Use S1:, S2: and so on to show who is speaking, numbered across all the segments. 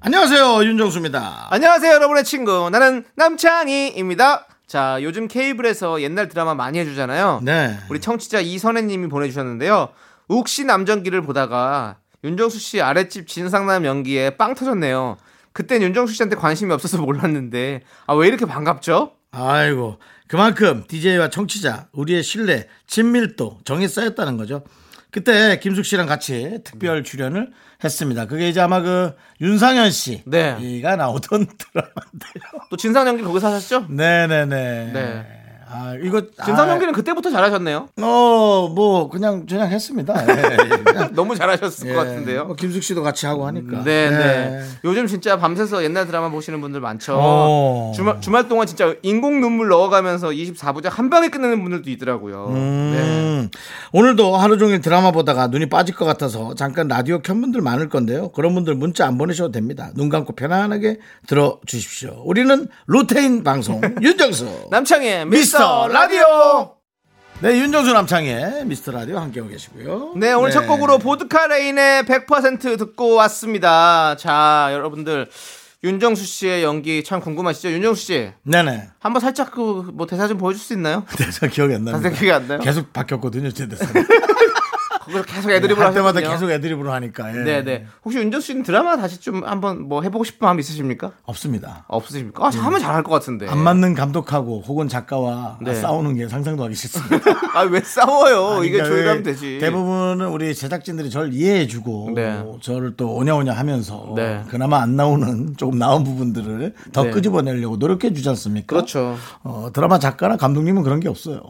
S1: 안녕하세요 윤정수입니다.
S2: 안녕하세요, 여러분의 친구. 나는 남창희입니다. 자, 요즘 케이블에서 옛날 드라마 많이 해주잖아요.
S1: 네.
S2: 우리 청취자 이선혜님이 보내주셨는데요. 욱시 남전기를 보다가 윤정수 씨 아랫집 진상남 연기에 빵 터졌네요. 그땐 윤정수 씨한테 관심이 없어서 몰랐는데, 아, 왜 이렇게 반갑죠?
S1: 아이고 그만큼 DJ와 청취자 우리의 신뢰, 친밀도, 정이 쌓였다는 거죠. 그때 김숙 씨랑 같이 특별 출연을 했습니다. 그게 이제 아마 그 윤상현 씨가
S2: 네.
S1: 나오던 드라마인데요.
S2: 또 진상 연기 거기서 하셨죠?
S1: 네. 네네네.
S2: 네.
S1: 아 이거
S2: 진상 연기는 그때부터 잘하셨네요.
S1: 어뭐 그냥 그냥 했습니다. 예, 그냥.
S2: 너무 잘하셨을
S1: 예,
S2: 것 같은데요.
S1: 뭐 김숙 씨도 같이 하고 하니까.
S2: 네, 네.
S1: 예.
S2: 요즘 진짜 밤새서 옛날 드라마 보시는 분들 많죠.
S1: 오.
S2: 주말, 주말 동안 진짜 인공 눈물 넣어가면서 24부작 한 방에 끝내는 분들도 있더라고요. 네.
S1: 음, 오늘도 하루 종일 드라마 보다가 눈이 빠질 것 같아서 잠깐 라디오 켠 분들 많을 건데요. 그런 분들 문자 안 보내셔도 됩니다. 눈 감고 편안하게 들어주십시오. 우리는 로테인 방송 윤정수
S2: 남창의
S1: 미스터
S2: 미스터 라디오.
S1: 라디오. 네, 윤정수 남창의 미스터 라디오 함께하고 계시고요.
S2: 네, 오늘 첫 곡으로 보드카 레인의 100% 듣고 왔습니다. 자, 여러분들. 윤정수 씨의 연기 참 궁금하시죠? 윤정수 씨.
S1: 네네.
S2: 한번 살짝 그 뭐 대사 좀 보여줄 수 있나요?
S1: 대사 기억이 안
S2: 대사
S1: 납니다.
S2: 기억이 안 나요?
S1: 음. 계속 바뀌었거든요, 제 대사.
S2: 거기서 계속 애드립을
S1: 네, 할 때마다
S2: 하셨군요.
S1: 계속 애드립으로 하니까. 예.
S2: 네, 네. 혹시 윤정수 씨는 드라마 다시 좀 한번 뭐 해보고 싶은 마음 있으십니까?
S1: 없습니다.
S2: 없으십니까? 아, 하면 잘할 것 같은데.
S1: 음. 안 맞는 감독하고 혹은 작가와
S2: 네.
S1: 싸우는 게 상상도 하기 싫습니다.
S2: 아, 왜 싸워요?
S1: 아니,
S2: 이게
S1: 그러니까
S2: 조율하면
S1: 왜
S2: 되지.
S1: 대부분은 우리 제작진들이 저를 이해해주고
S2: 네.
S1: 저를 또 오냐오냐 하면서
S2: 네.
S1: 그나마 안 나오는 조금 나온 부분들을 더
S2: 네.
S1: 끄집어내려고 노력해주지 않습니까?
S2: 그렇죠.
S1: 어, 드라마 작가나 감독님은 그런 게 없어요.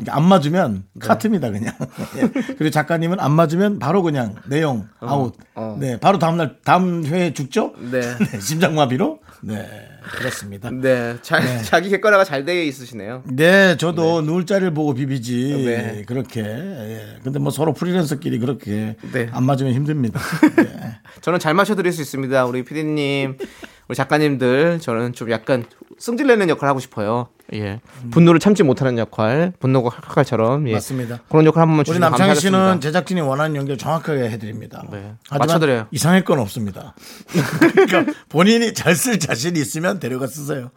S1: 이게 안 맞으면 카트입니다 그냥. 예. 그리고 작가님은 안 맞으면 바로 그냥 내용 아웃.
S2: 네. 어.
S1: 네, 바로 다음 날 다음 회에 죽죠.
S2: 네.
S1: 심장마비로. 네, 그렇습니다.
S2: 네, 자, 자기 객관화가 잘 되어 있으시네요.
S1: 네, 저도 누울 자리를 보고 비비지.
S2: 네.
S1: 그렇게. 예. 근데 뭐 서로 프리랜서끼리 그렇게
S2: 네.
S1: 안 맞으면 힘듭니다. 네.
S2: 저는 잘 마셔드릴 수 있습니다. 우리 피디님, 우리 작가님들, 저는 좀 약간 승질내는 역할 하고 싶어요. 예, 분노를 참지 못하는 역할, 분노가 칼칼처럼. 예.
S1: 음. 맞습니다.
S2: 그런 역할 한 번만
S1: 우리
S2: 주시면
S1: 남창희
S2: 감사하겠습니다.
S1: 씨는 제작진이 원하는 연기를 정확하게 해드립니다.
S2: 네.
S1: 하지만
S2: 맞춰드려요.
S1: 이상할 건 없습니다. 그러니까 본인이 잘 쓸 자신이 있으면 데려가 쓰세요.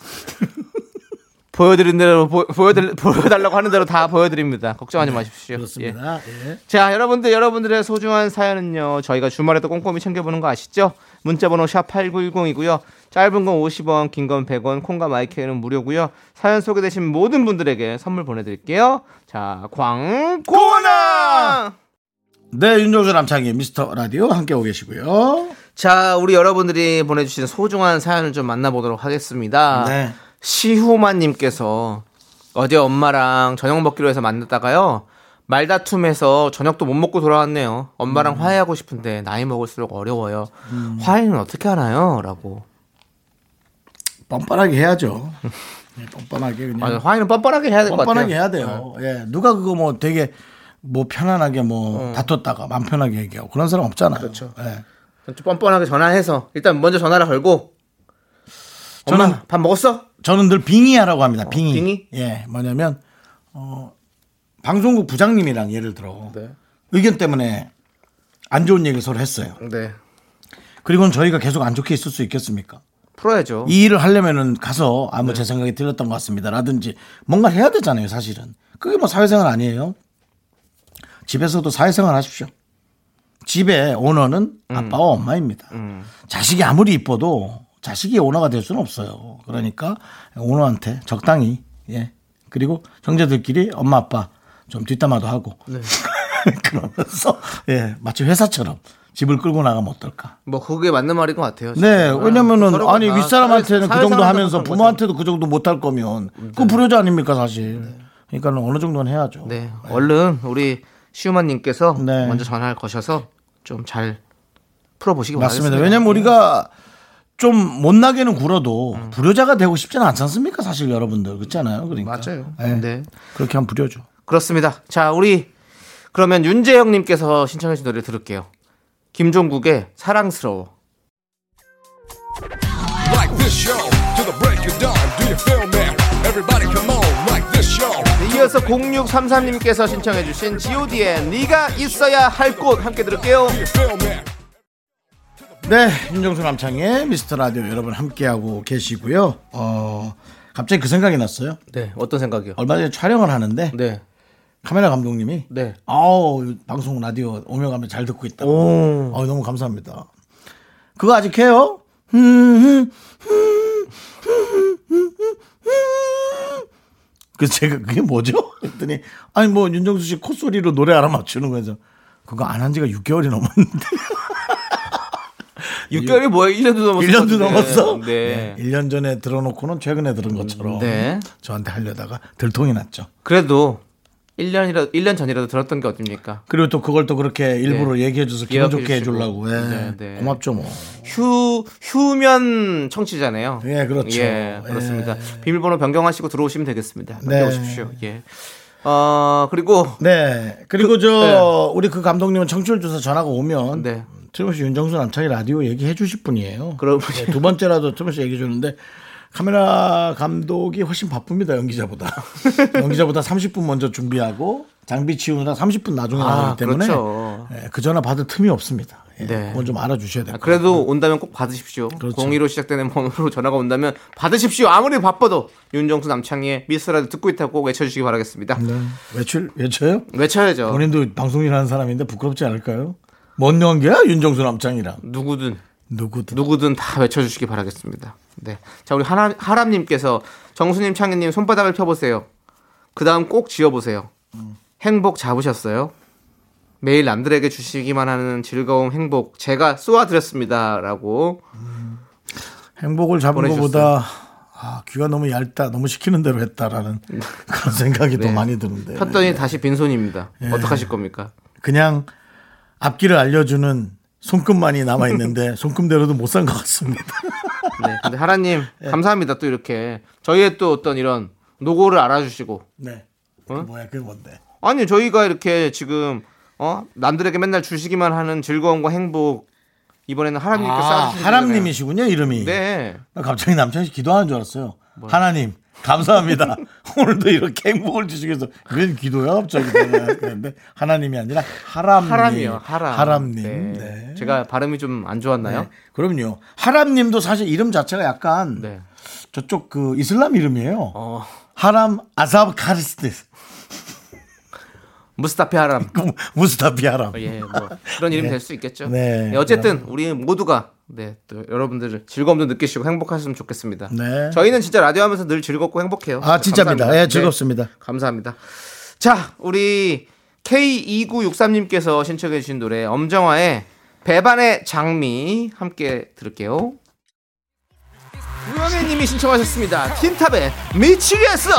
S2: 보여드린 대로 보, 보여드리, 보여달라고 하는 대로 다 보여드립니다. 걱정하지 마십시오. 예.
S1: 네, 그렇습니다. 예.
S2: 자, 여러분들, 여러분들의 소중한 사연은요, 저희가 주말에도 꼼꼼히 챙겨보는 거 아시죠? 문자번호 샵8910이고요. 짧은 건 50원, 긴 건 100원, 콩과 마이크는 무료고요. 사연 소개되신 모든 분들에게 선물 보내드릴게요. 자, 광고나!
S1: 네, 윤종수 남창희 미스터 라디오 함께 오 계시고요.
S2: 자, 우리 여러분들이 보내주신 소중한 사연을 좀 만나보도록 하겠습니다.
S1: 네.
S2: 시후만님께서 어제 엄마랑 저녁 먹기로 해서 만났다가요. 말다툼해서 저녁도 못 먹고 돌아왔네요. 엄마랑
S1: 음.
S2: 화해하고 싶은데 나이 먹을수록 어려워요. 화해는 어떻게 하나요? 라고.
S1: 뻔뻔하게 해야죠. 네, 뻔뻔하게 그냥.
S2: 아, 화해는 뻔뻔하게 해야 될 것 같아요. 네.
S1: 뻔뻔하게 해야 돼요. 예. 누가 그거 뭐 되게 뭐 편안하게 뭐
S2: 어.
S1: 다퉜다가 맘 편하게 얘기하고 그런 사람 없잖아요. 그렇죠. 예.
S2: 좀 뻔뻔하게 전화해서 일단 먼저 전화를 걸고 엄마
S1: 저는-
S2: 밥 먹었어?
S1: 저는 늘 빙의하라고 합니다. 빙의.
S2: 어, 빙의?
S1: 예. 뭐냐면 어, 방송국 부장님이랑 예를 들어
S2: 네.
S1: 의견 때문에 안 좋은 얘기를 서로 했어요.
S2: 네.
S1: 그리고는 저희가 계속 안 좋게 있을 수 있겠습니까?
S2: 풀어야죠.
S1: 이 일을 하려면은 가서 아무 뭐 제 생각이 틀렸던 것 같습니다라든지 뭔가 해야 되잖아요 사실은 그게 뭐 사회생활 아니에요 집에서도 사회생활 하십시오 집에 오너는 아빠와 엄마입니다 자식이 아무리 이뻐도 자식이 오너가 될 수는 없어요 그러니까 오너한테 적당히 예 그리고 형제들끼리 엄마 아빠 좀 뒷담화도 하고 그러면서 예 마치 회사처럼 집을 끌고 나가면 어떨까
S2: 뭐 그게 맞는 말인 것 같아요. 진짜.
S1: 네, 왜냐면은
S2: 서로가
S1: 아니
S2: 다
S1: 윗사람한테는
S2: 사회-
S1: 그 정도
S2: 사회생활도
S1: 하면서
S2: 그런 거죠. 네.
S1: 부모한테도 그 정도 못할 거면 그 불효자 아닙니까 사실. 그러니까는 어느 정도는 해야죠.
S2: 네, 얼른 우리 시우만님께서
S1: 네.
S2: 먼저 전화를 거셔서 좀 잘 풀어보시기
S1: 맞습니다. 뭐
S2: 바라겠습니다.
S1: 왜냐면 우리가 좀 못나게는 굴어도
S2: 음.
S1: 불효자가 되고 싶지는 않지 않습니까? 사실 여러분들 그렇지 않아요? 그러니까
S2: 맞아요.
S1: 예.
S2: 네.
S1: 그렇게 하면 불효죠.
S2: 그렇습니다. 자, 우리 그러면 윤재영님께서 신청하신 노래 들을게요. 김종국의 사랑스러워.
S3: Like this show to the break of dawn. Do you feel me? Everybody come on. Like this show.
S2: 네, 이어서 0633님께서 신청해주신 G.O.D의 네가 있어야 할 곳 함께 들을게요.
S3: Do you feel me?
S1: 네, 윤정수 남창의 미스터 라디오 여러분 함께하고 계시고요. 어, 갑자기 그 생각이 났어요.
S2: 네, 어떤 생각이요?
S1: 얼마 전에 촬영을 하는데
S2: 네,
S1: 카메라 감독님이
S2: 네.
S1: 아우 방송 라디오 오며 가며 잘 듣고 있다고.
S2: 오.
S1: 아우 어, 너무 감사합니다. 그거 아직 해요? 음, 음, 그 제가 그게 뭐죠? 했더니 아니 뭐 윤정수 씨 콧소리로 노래 알아맞추는 거죠. 그거 안 한 지가 6개월이 넘었는데
S2: 6개월이 뭐예요? 1년도 넘었어.
S1: 1년도 넘었어.
S2: 네.
S1: 1년 전에 들어놓고는 최근에 들은 것처럼
S2: 네.
S1: 저한테 하려다가 들통이 났죠.
S2: 그래도 1년이라 1년 전이라도 들었던 게 어딥니까?
S1: 그리고 또 그걸 또 그렇게 일부러 얘기해 줘서 기분
S2: 네. 기억해
S1: 좋게 해
S2: 주시고.
S1: 주려고. 예.
S2: 네, 네.
S1: 고맙죠, 뭐.
S2: 휴 휴면 청취잖아요.
S1: 예, 그렇죠.
S2: 예, 그렇습니다. 비밀번호 변경하시고 들어오시면 되겠습니다.
S1: 네.
S2: 맡겨오십시오. 예. 어 그리고
S1: 네. 그리고 저 우리 그 감독님은 청취율 조사 전화가 오면
S2: 네.
S1: 트림씨 윤정수 남창이 라디오 얘기해 주실 분이에요.
S2: 그럼
S1: 네, 두 번째라도 트림씨 얘기해 주는데 카메라 감독이 훨씬 바쁩니다 연기자보다 연기자보다 30분 먼저 준비하고 장비 치우느라 30분 나중에 나오기 때문에
S2: 아, 그렇죠.
S1: 예, 그 전화 받을 틈이 없습니다. 예,
S2: 네.
S1: 그건 좀 알아주셔야 돼요.
S2: 그래도 온다면 꼭 받으십시오.
S1: 네. 그렇죠.
S2: 02로 시작되는 번호로 전화가 온다면 받으십시오. 아무리 바빠도 윤정수 남창희의 미스라도 듣고 있다고 꼭 외쳐주시기 바라겠습니다.
S1: 외출 외쳐요?
S2: 외쳐야죠.
S1: 네. 본인도 방송일 하는 사람인데 부끄럽지 않을까요? 뭔 연기야 윤정수 남창이랑
S2: 누구든
S1: 누구든
S2: 누구든 다 외쳐주시기 바라겠습니다. 네. 자, 우리 하람, 하람님께서 정수님, 창희님 손바닥을 펴보세요. 그 다음 꼭 지어보세요. 행복 잡으셨어요? 매일 남들에게 주시기만 하는 즐거움, 행복 제가 쏘아드렸습니다. 라고.
S1: 행복을 잡은
S2: 보내주셨어요.
S1: 것보다 아, 귀가 너무 얇다, 너무 시키는 대로 했다라는 그런 생각이 더
S2: 네.
S1: 많이 드는데
S2: 폈더니 다시 빈손입니다. 어떡하실 겁니까?
S1: 그냥 앞길을 알려주는 손끝만이 남아 있는데 손끝대로도 못 산 것 같습니다.
S2: 네. 근데 하라님, 감사합니다. 또 이렇게. 저희의 또 어떤 이런 노고를 알아주시고.
S1: 네, 그
S2: 어?
S1: 뭐야 그게 뭔데?
S2: 아니 저희가 이렇게 지금 어 남들에게 맨날 주시기만 하는 즐거움과 행복 이번에는 하람님께
S1: 아,
S2: 쌓아주신
S1: 하람님이시군요 이름이.
S2: 네
S1: 나 갑자기 남편이 기도하는 줄 알았어요. 하나님 감사합니다. 오늘도 이렇게 행복을 주시겠어. 웬 기도야 갑자기 그런데 하나님이 아니라 하람님.
S2: 하람이요 하람
S1: 하람님.
S2: 네.
S1: 네.
S2: 제가 발음이 좀 안 좋았나요?
S1: 그럼요. 하람님도 사실 이름 자체가 약간
S2: 네.
S1: 저쪽 그 이슬람 이름이에요.
S2: 어
S1: 하람 아삽 카리스트
S2: 무스타피 하람
S1: 그 무스타피 하람.
S2: 어, 예뭐 그런 이름이 될 수 있겠죠.
S1: 네.
S2: 어쨌든 우리 모두가 네 또 여러분들 즐거움도 느끼시고 행복하셨으면 좋겠습니다.
S1: 네.
S2: 저희는 진짜 라디오 하면서 늘 즐겁고 행복해요.
S1: 아 진짜입니다.
S2: 감사합니다.
S1: 예, 즐겁습니다.
S2: 네, 감사합니다. 자 우리 K2963님께서 신청해주신 노래 엄정화의 배반의 장미 함께 들을게요. 우영애님이 신청하셨습니다. 틴탑의 미치겠어.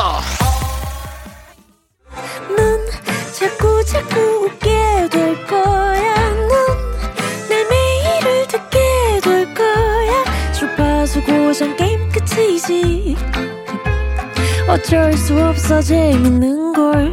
S4: 넌 자꾸 자꾸 웃게 될 거야. 넌내 매일을 듣게 될 거야. 주파수 고정 게임 끝이지. 어쩔 수 없어 재밌는 걸.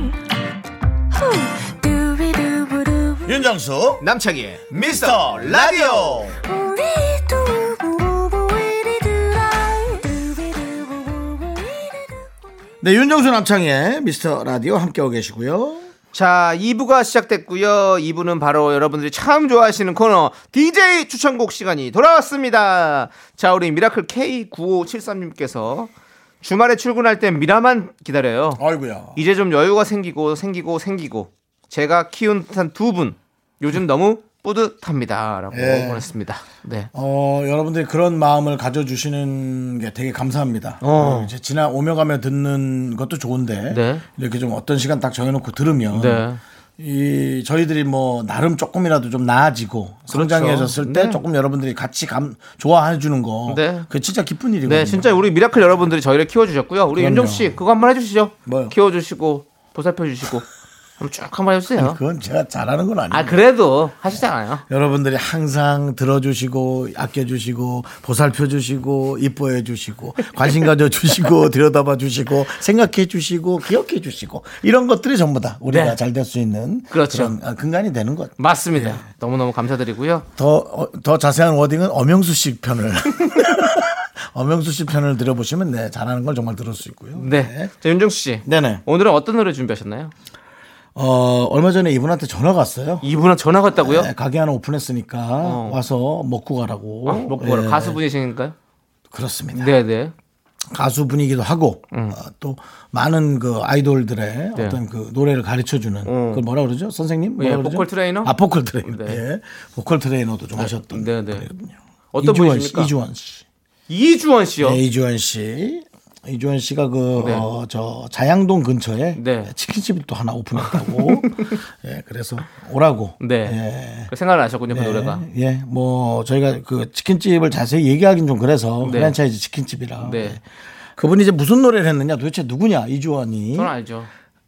S4: 후. 두비두부두.
S1: 윤정수
S2: 남창희의
S1: 미스터 라디오.
S4: 우리 두부부부 우리들아. 두비두부부부 우리들아.
S1: 네 윤정수 남창의 미스터 라디오 함께하고 계시고요.
S2: 자, 2부가 시작됐고요. 2부는 바로 여러분들이 참 좋아하시는 코너 DJ 추천곡 시간이 돌아왔습니다. 자, 우리 미라클 K9573님께서 주말에 출근할 땐 미라만 기다려요.
S1: 아이구야.
S2: 이제 좀 여유가 생기고 생기고 생기고 제가 키운 듯한 두 분. 요즘 너무 뿌듯합니다라고
S1: 예.
S2: 보냈습니다. 네.
S1: 어, 여러분들이 그런 마음을 가져주시는 게 되게 감사합니다.
S2: 어.
S1: 어, 이제 지나 오며 가며 듣는 것도 좋은데
S2: 네.
S1: 이렇게 좀 어떤 시간 딱 정해놓고 들으면
S2: 네.
S1: 이 저희들이 뭐 나름 조금이라도 좀 나아지고 성장해졌을 때
S2: 그렇죠. 네.
S1: 조금 여러분들이 같이 감 좋아해 주는 거,
S2: 네.
S1: 그게 진짜 기쁜 일이거든요.
S2: 네, 진짜 우리 미라클 여러분들이 저희를 키워 주셨고요. 우리
S1: 그럼요.
S2: 윤종 씨 그거 한번 해 주시죠.
S1: 뭐요?
S2: 키워 주시고 보살펴 주시고 한번 쭉 한번 해주세요.
S1: 그건 제가 잘하는 건 아니에요.
S2: 아 그래도 하시잖아요.
S1: 여러분들이 항상 들어주시고 아껴주시고 보살펴주시고 이뻐해주시고 관심 가져주시고 들여다봐주시고 생각해주시고 기억해주시고 이런 것들이 전부 다 우리가
S2: 네.
S1: 잘 될 수 있는
S2: 그렇죠.
S1: 런 아, 근간이 되는 것.
S2: 맞습니다.
S1: 네.
S2: 너무너무 감사드리고요.
S1: 더, 어, 더 자세한 워딩은 엄영수 씨 편을 엄영수 씨 편을 들어보시면 네 잘하는 걸 정말 들을 수 있고요.
S2: 네. 자, 윤정수 씨.
S1: 네네.
S2: 오늘은 어떤 노래 준비하셨나요?
S1: 어 얼마 전에 이분한테 전화가 왔어요.
S2: 이분은 전화 갔다고요?
S1: 네, 가게 하나 오픈했으니까 와서 먹고 가라고.
S2: 아, 먹고 가라.
S1: 예,
S2: 가수분이신가요?
S1: 그렇습니다.
S2: 네, 네.
S1: 가수 분이기도 하고 어, 또 많은 그 아이돌들의
S2: 네. 어.
S1: 어떤 그 노래를 가르쳐 주는 그걸 뭐라 그러죠? 선생님? 뭐라
S2: 예,
S1: 그러죠?
S2: 보컬 트레이너?
S1: 아, 보컬 트레이너.
S2: 네.
S1: 예. 보컬 트레이너도 좀 하셨던
S2: 네, 네.
S1: 분이거든요.
S2: 어떤
S1: 이주원 씨,
S2: 분이십니까?
S1: 이주원 씨.
S2: 이주원 씨요.
S1: 네, 이주원 씨. 이주원 씨가 그,
S2: 네.
S1: 어, 저, 자양동 근처에
S2: 네.
S1: 치킨집을 또 하나 오픈했다고. 예, 그래서 오라고.
S2: 네. 생각을 하셨군요, 그 노래가.
S1: 예, 예, 뭐 저희가 그 치킨집을 자세히 얘기하긴 좀 그래서
S2: 네.
S1: 프랜차이즈 치킨집이라.
S2: 네.
S1: 예. 그분이 이제 무슨 노래를 했느냐 도대체 누구냐 이주원이
S2: 저는 알죠.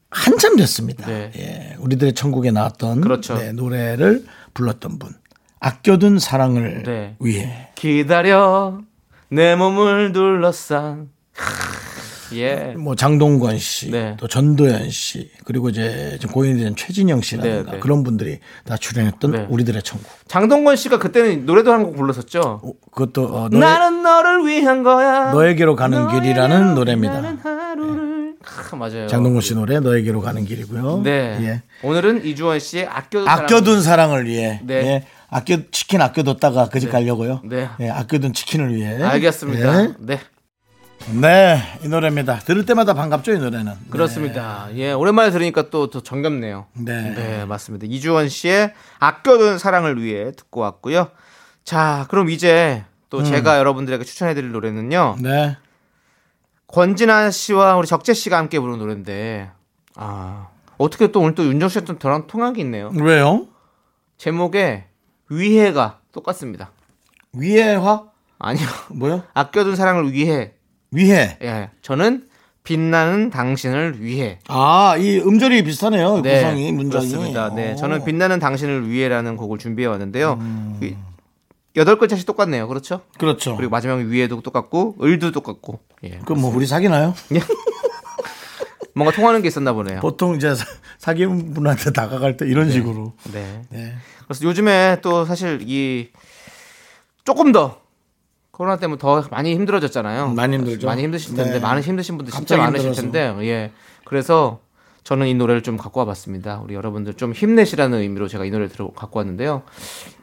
S1: 한참 됐습니다.
S2: 네.
S1: 예, 우리들의 천국에 나왔던
S2: 그렇죠.
S1: 네, 노래를 불렀던 분. 아껴둔 사랑을
S2: 네.
S1: 위해.
S2: 기다려. 내 몸을 둘러싼. 크, 예.
S1: 뭐 장동건 씨,
S2: 네.
S1: 또 전도연 씨, 그리고 이제 지금 고인이 된 최진영 씨라든가
S2: 네, 네.
S1: 그런 분들이 다 출연했던
S2: 네.
S1: 우리들의 천국.
S2: 장동건 씨가 그때는 노래도 한 곡 불렀었죠.
S1: 어, 그것도 어, 노래-
S2: 네. 나는 너를 위한 거야.
S1: 너에게로 가는 길이라는 노래입니다.
S2: 나는 하루를. 네. 크, 맞아요.
S1: 장동건 씨 노래 너에게로 가는 길이고요.
S2: 네.
S1: 예.
S2: 오늘은 이주원 씨의 아껴둔 사랑.
S1: 아껴둔 사랑을 위해.
S2: 네.
S1: 예. 아껴 치킨 아껴뒀다가 그 집 가려고요.
S2: 네.
S1: 예, 아껴둔 치킨을 위해.
S2: 알겠습니다.
S1: 예.
S2: 네.
S1: 네, 이 노래입니다. 들을 때마다 반갑죠, 이 노래는.
S2: 그렇습니다. 예, 오랜만에 들으니까 또, 더 정겹네요.
S1: 네.
S2: 네. 맞습니다. 이주원 씨의 아껴둔 사랑을 위해 듣고 왔고요. 자, 그럼 이제 또
S1: 음.
S2: 제가 여러분들에게 추천해드릴 노래는요.
S1: 네. 네.
S2: 권진아 씨와 우리 적재 씨가 함께 부른 노래인데, 아, 어떻게 또 오늘 또 윤정 씨랑 또 저랑 통한 게 있네요.
S1: 왜요?
S2: 제목에 위해가 똑같습니다.
S1: 위해화?
S2: 아니요.
S1: 뭐요?
S2: 아껴둔 사랑을 위해.
S1: 위해.
S2: 예, 저는 빛나는 당신을 위해.
S1: 아, 이 음절이 비슷하네요.
S2: 네,
S1: 구성이, 문장이.
S2: 그렇습니다. 네,
S1: 오.
S2: 저는 빛나는 당신을 위해라는 곡을 준비해 왔는데요.
S1: 음.
S2: 이- 여덟 글자씩 똑같네요. 그렇죠?
S1: 그렇죠.
S2: 그리고 마지막 위에도 똑같고 을도 똑같고. 예.
S1: 그럼 뭐 우리 사귀나요?
S2: 뭔가 통하는 게 있었나 보네요.
S1: 보통 이제 사- 사귄 분한테 다가갈 때 이런 식으로.
S2: 네.
S1: 네.
S2: 그래서 요즘에 또 사실 이 조금 더 코로나 때문에 더 많이 힘들어졌잖아요.
S1: 많이 힘들죠.
S2: 많이 힘드실 텐데
S1: 네.
S2: 많은 힘드신 분들 진짜
S1: 갑자기
S2: 많으실
S1: 힘들어서.
S2: 텐데 예. 그래서 저는 이 노래를 좀 갖고 와봤습니다. 우리 여러분들 좀 힘내시라는 의미로 제가 이 노래 들어 갖고 왔는데요.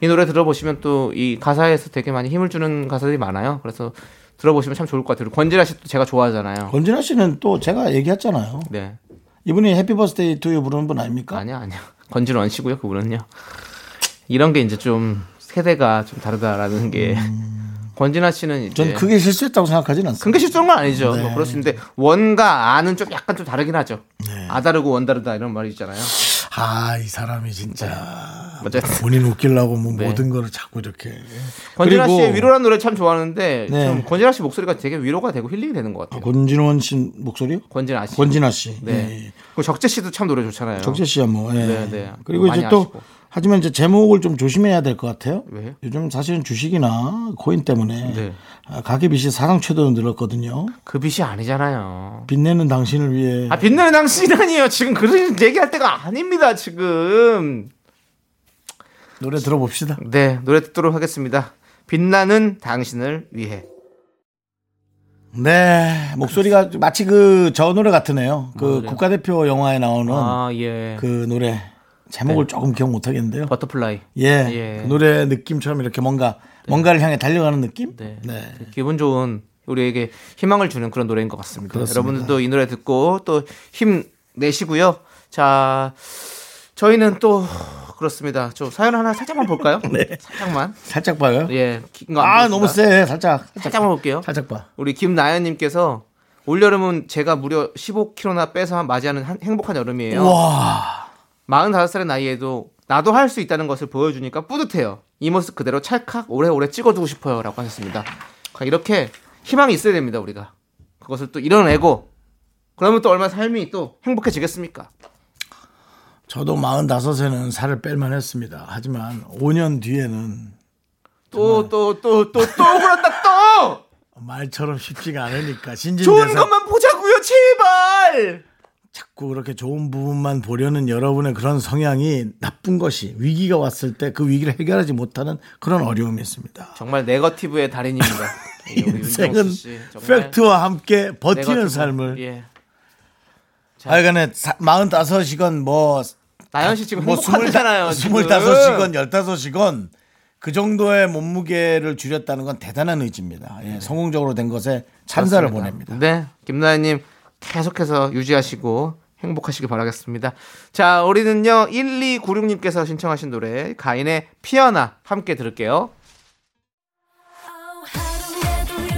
S2: 이 노래 들어보시면 또 이 가사에서 되게 많이 힘을 주는 가사들이 많아요. 그래서 들어보시면 참 좋을 것 같아요. 권지라 씨도 제가 좋아하잖아요.
S1: 권진아 씨는 또 제가 얘기했잖아요.
S2: 네,
S1: 이분이 해피 버스데이 투유 부르는 분 아닙니까?
S2: 아니야 아니야. 권지원 씨고요. 그분은요. 이런 게 이제 좀 세대가 좀 다르다라는 게 권진아 씨는 이제
S1: 음. 전 그게 네. 실수했다고 생각하진 않습니다.
S2: 근게 실수한 건 아니죠. 뭐 그렇습니다. 원과 아는 좀 약간 좀 다르긴 하죠.
S1: 네.
S2: 아 다르고 원 다르다 이런 말이 있잖아요.
S1: 아, 이 사람이 진짜
S2: 어쨌든.
S1: 본인 웃기려고 뭐
S2: 네.
S1: 모든 거를 자꾸 이렇게.
S2: 권진아
S1: 그리고
S2: 씨의 위로라는 노래 참 좋아하는데
S1: 네.
S2: 좀 권진아 씨 목소리가 되게 위로가 되고 힐링이 되는 것 같아요.
S1: 권진원 씨 목소리요?
S2: 권진아 씨.
S1: 권진아 씨.
S2: 네.
S1: 네.
S2: 그리고 적재 씨도 참 노래 좋잖아요.
S1: 적재 씨야 뭐. 예.
S2: 네, 네.
S1: 그리고
S2: 많이
S1: 이제 또
S2: 아시고.
S1: 하지만 이제 제목을 좀 조심해야 될 것 같아요.
S2: 왜요?
S1: 요즘 사실은 주식이나 코인 때문에
S2: 네.
S1: 아, 가계 빚이 사상 최대로 늘었거든요.
S2: 그 빛이 아니잖아요.
S1: 빚내는 당신을 위해
S2: 아 빛나는 당신이라니요. 지금 그런 얘기할 때가 아닙니다. 지금.
S1: 노래 들어봅시다.
S2: 네 노래 듣도록 하겠습니다. 빛나는 당신을 위해.
S1: 네, 목소리가 마치 그 저 노래 같으네요. 그
S2: 뭐래요?
S1: 국가대표 영화에 나오는
S2: 아 예.
S1: 음. 그 노래 제목을 조금 기억 못 하겠는데요.
S2: 버터플라이.
S1: 예,
S2: 예.
S1: 그 노래 느낌처럼 이렇게 뭔가 뭔가를 향해 달려가는 느낌.
S2: 네.
S1: 네,
S2: 기분 좋은 우리에게 희망을 주는 그런 노래인 것 같습니다. 여러분들도 이 노래 듣고 또 힘 내시고요. 자, 저희는 또 그렇습니다. 저 사연 하나 살짝만 볼까요? 살짝만.
S1: 살짝 봐요.
S2: 예. 긴거안
S1: 네. 아
S2: 보겠습니다.
S1: 너무 세, 살짝, 살짝,
S2: 살짝만 볼게요.
S1: 살짝 봐.
S2: 우리 김나연님께서 올여름은 제가 무려 15kg나 빼서 맞이하는 한- 행복한 여름이에요.
S1: 와,
S2: 45살의 나이에도 나도 할 수 있다는 것을 보여주니까 뿌듯해요. 이 모습 그대로 찰칵 오래오래 찍어두고 싶어요. 라고 하셨습니다. 그러니까 이렇게 희망이 있어야 됩니다. 우리가. 그것을 또 이뤄내고 그러면 또 얼마나 삶이 또 행복해지겠습니까?
S1: 저도 45에는 살을 뺄만 했습니다. 하지만 5년 뒤에는
S2: 또 또 또 또 또 또 그렇다 또
S1: 말처럼 쉽지가 않으니까
S2: 좋은
S1: 신진대사
S2: 것만 보자고요 제발
S1: 자꾸 그렇게 좋은 부분만 보려는 여러분의 그런 성향이 나쁜 것이 위기가 왔을 때 그 위기를 해결하지 못하는 그런 어려움이 있습니다.
S2: 정말 네거티브의 달인입니다 예, 네. 우리
S1: 인생은
S2: 윤정수 씨, 정말
S1: 팩트와 함께 버티는
S2: 네거티브.
S1: 어, 삶을
S2: 예.
S1: 하여간에 45이건 뭐
S2: 나연 씨 지금 네.
S1: 뭐
S2: 행복하잖아요
S1: 25시건 15시건 그 정도의 몸무게를 줄였다는 건 대단한 의지입니다. 예, 성공적으로 된 것에 찬사를 보냅니다.
S2: 네, 김나연님 계속해서 유지하시고 행복하시길 바라겠습니다. 자, 우리는요 1296님께서 신청하신 노래 가인의 피어나 함께 들을게요.
S4: 어,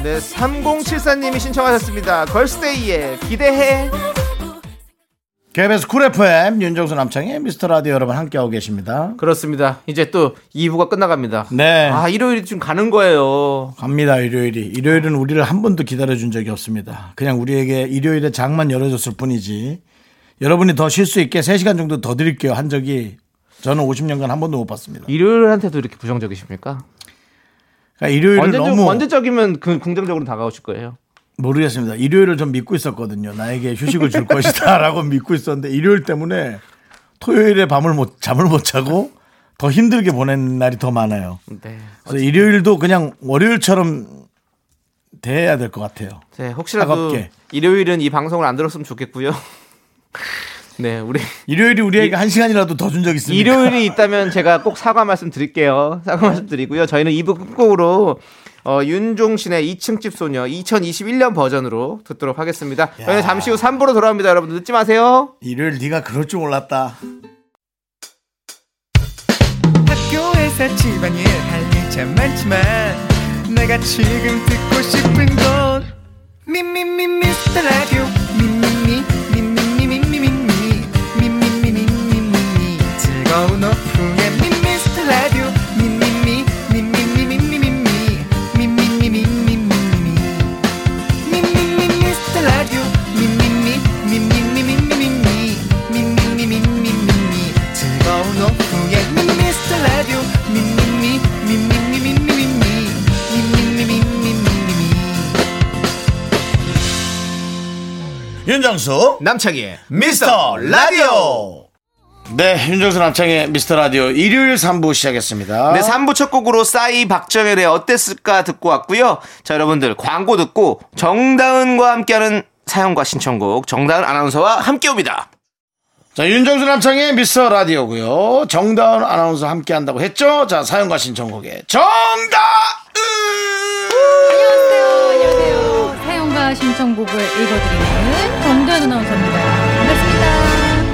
S2: 네, 3074님이 신청하셨습니다. 걸스데이의 기대해.
S1: KBS 쿨 FM 윤정수 남창의 미스터 라디오 여러분 함께하고 계십니다.
S2: 그렇습니다. 이제 또 2부가 끝나갑니다.
S1: 네.
S2: 아, 일요일이 좀 가는 거예요.
S1: 갑니다 일요일이 일요일은 우리를 한 번도 기다려준 적이 없습니다 그냥 우리에게 일요일에 장만 열어줬을 뿐이지 여러분이 더 쉴 수 있게 3시간 정도 더 드릴게요 한 적이 저는 50년간 한 번도 못 봤습니다
S2: 일요일한테도 이렇게 부정적이십니까?
S1: 그러니까 일요일을
S2: 언제적,
S1: 너무
S2: 언제적이면 그 긍정적으로 다가오실 거예요.
S1: 모르겠습니다 일요일을 좀 믿고 있었거든요 나에게 휴식을 줄 것이다 라고 믿고 있었는데 일요일 때문에 토요일에 밤을 못 잠을 못 자고 더 힘들게 보낸 날이 더 많아요
S2: 네.
S1: 그래서 일요일도 그냥 월요일처럼 대해야 될 것 같아요
S2: 네, 혹시라도
S1: 차갑게.
S2: 일요일은 이 방송을 안 들었으면 좋겠고요. 네, 우리
S1: 일요일이 우리에게 한 시간이라도 더 준 적 있습니까?
S2: 일요일이 있다면 제가 꼭 사과 말씀 드릴게요. 사과 말씀 드리고요. 저희는 2부 끝곡으로 어, 윤종신의 2층 집 소녀 2021년 버전으로 듣도록 하겠습니다. 저희는 잠시 후 3부로 돌아옵니다. 여러분 늦지 마세요.
S1: 일요일 네가 그럴 줄 몰랐다.
S5: 학교에서 집안일 할 일 참 많지만 내가 지금 듣고 싶은 건 미미미 미스터 라디오 미미미 미미미미미미 미미미미미미 즐거운 오후에 미스터 라디오 미미미 미미미미미미 미미미미미미미 미미미 미스터 라디오 미미미 미미미미미미 미미미미미미 즐거운 오후에 미스터 라디오 미미미 미미미미미미 미미미미미미미
S1: 윤정수
S2: 남창희의
S1: 미스터 라디오. 네, 윤정수 남창의 미스터 라디오 일요일 3부 시작했습니다.
S2: 네, 3부 첫 곡으로 싸이 박정현의 네, 어땠을까 듣고 왔고요. 자, 여러분들 광고 듣고 정다은과 함께하는 사연과 신청곡 정다은 아나운서와 함께 옵니다.
S1: 자, 윤정수 남창의 미스터 라디오고요. 정다은 아나운서 함께 한다고 했죠? 자, 사연과 신청곡에 정다은.
S6: 안녕하세요. 사연과 신청곡을 읽어드리는 정다은 아나운서입니다. 반갑습니다.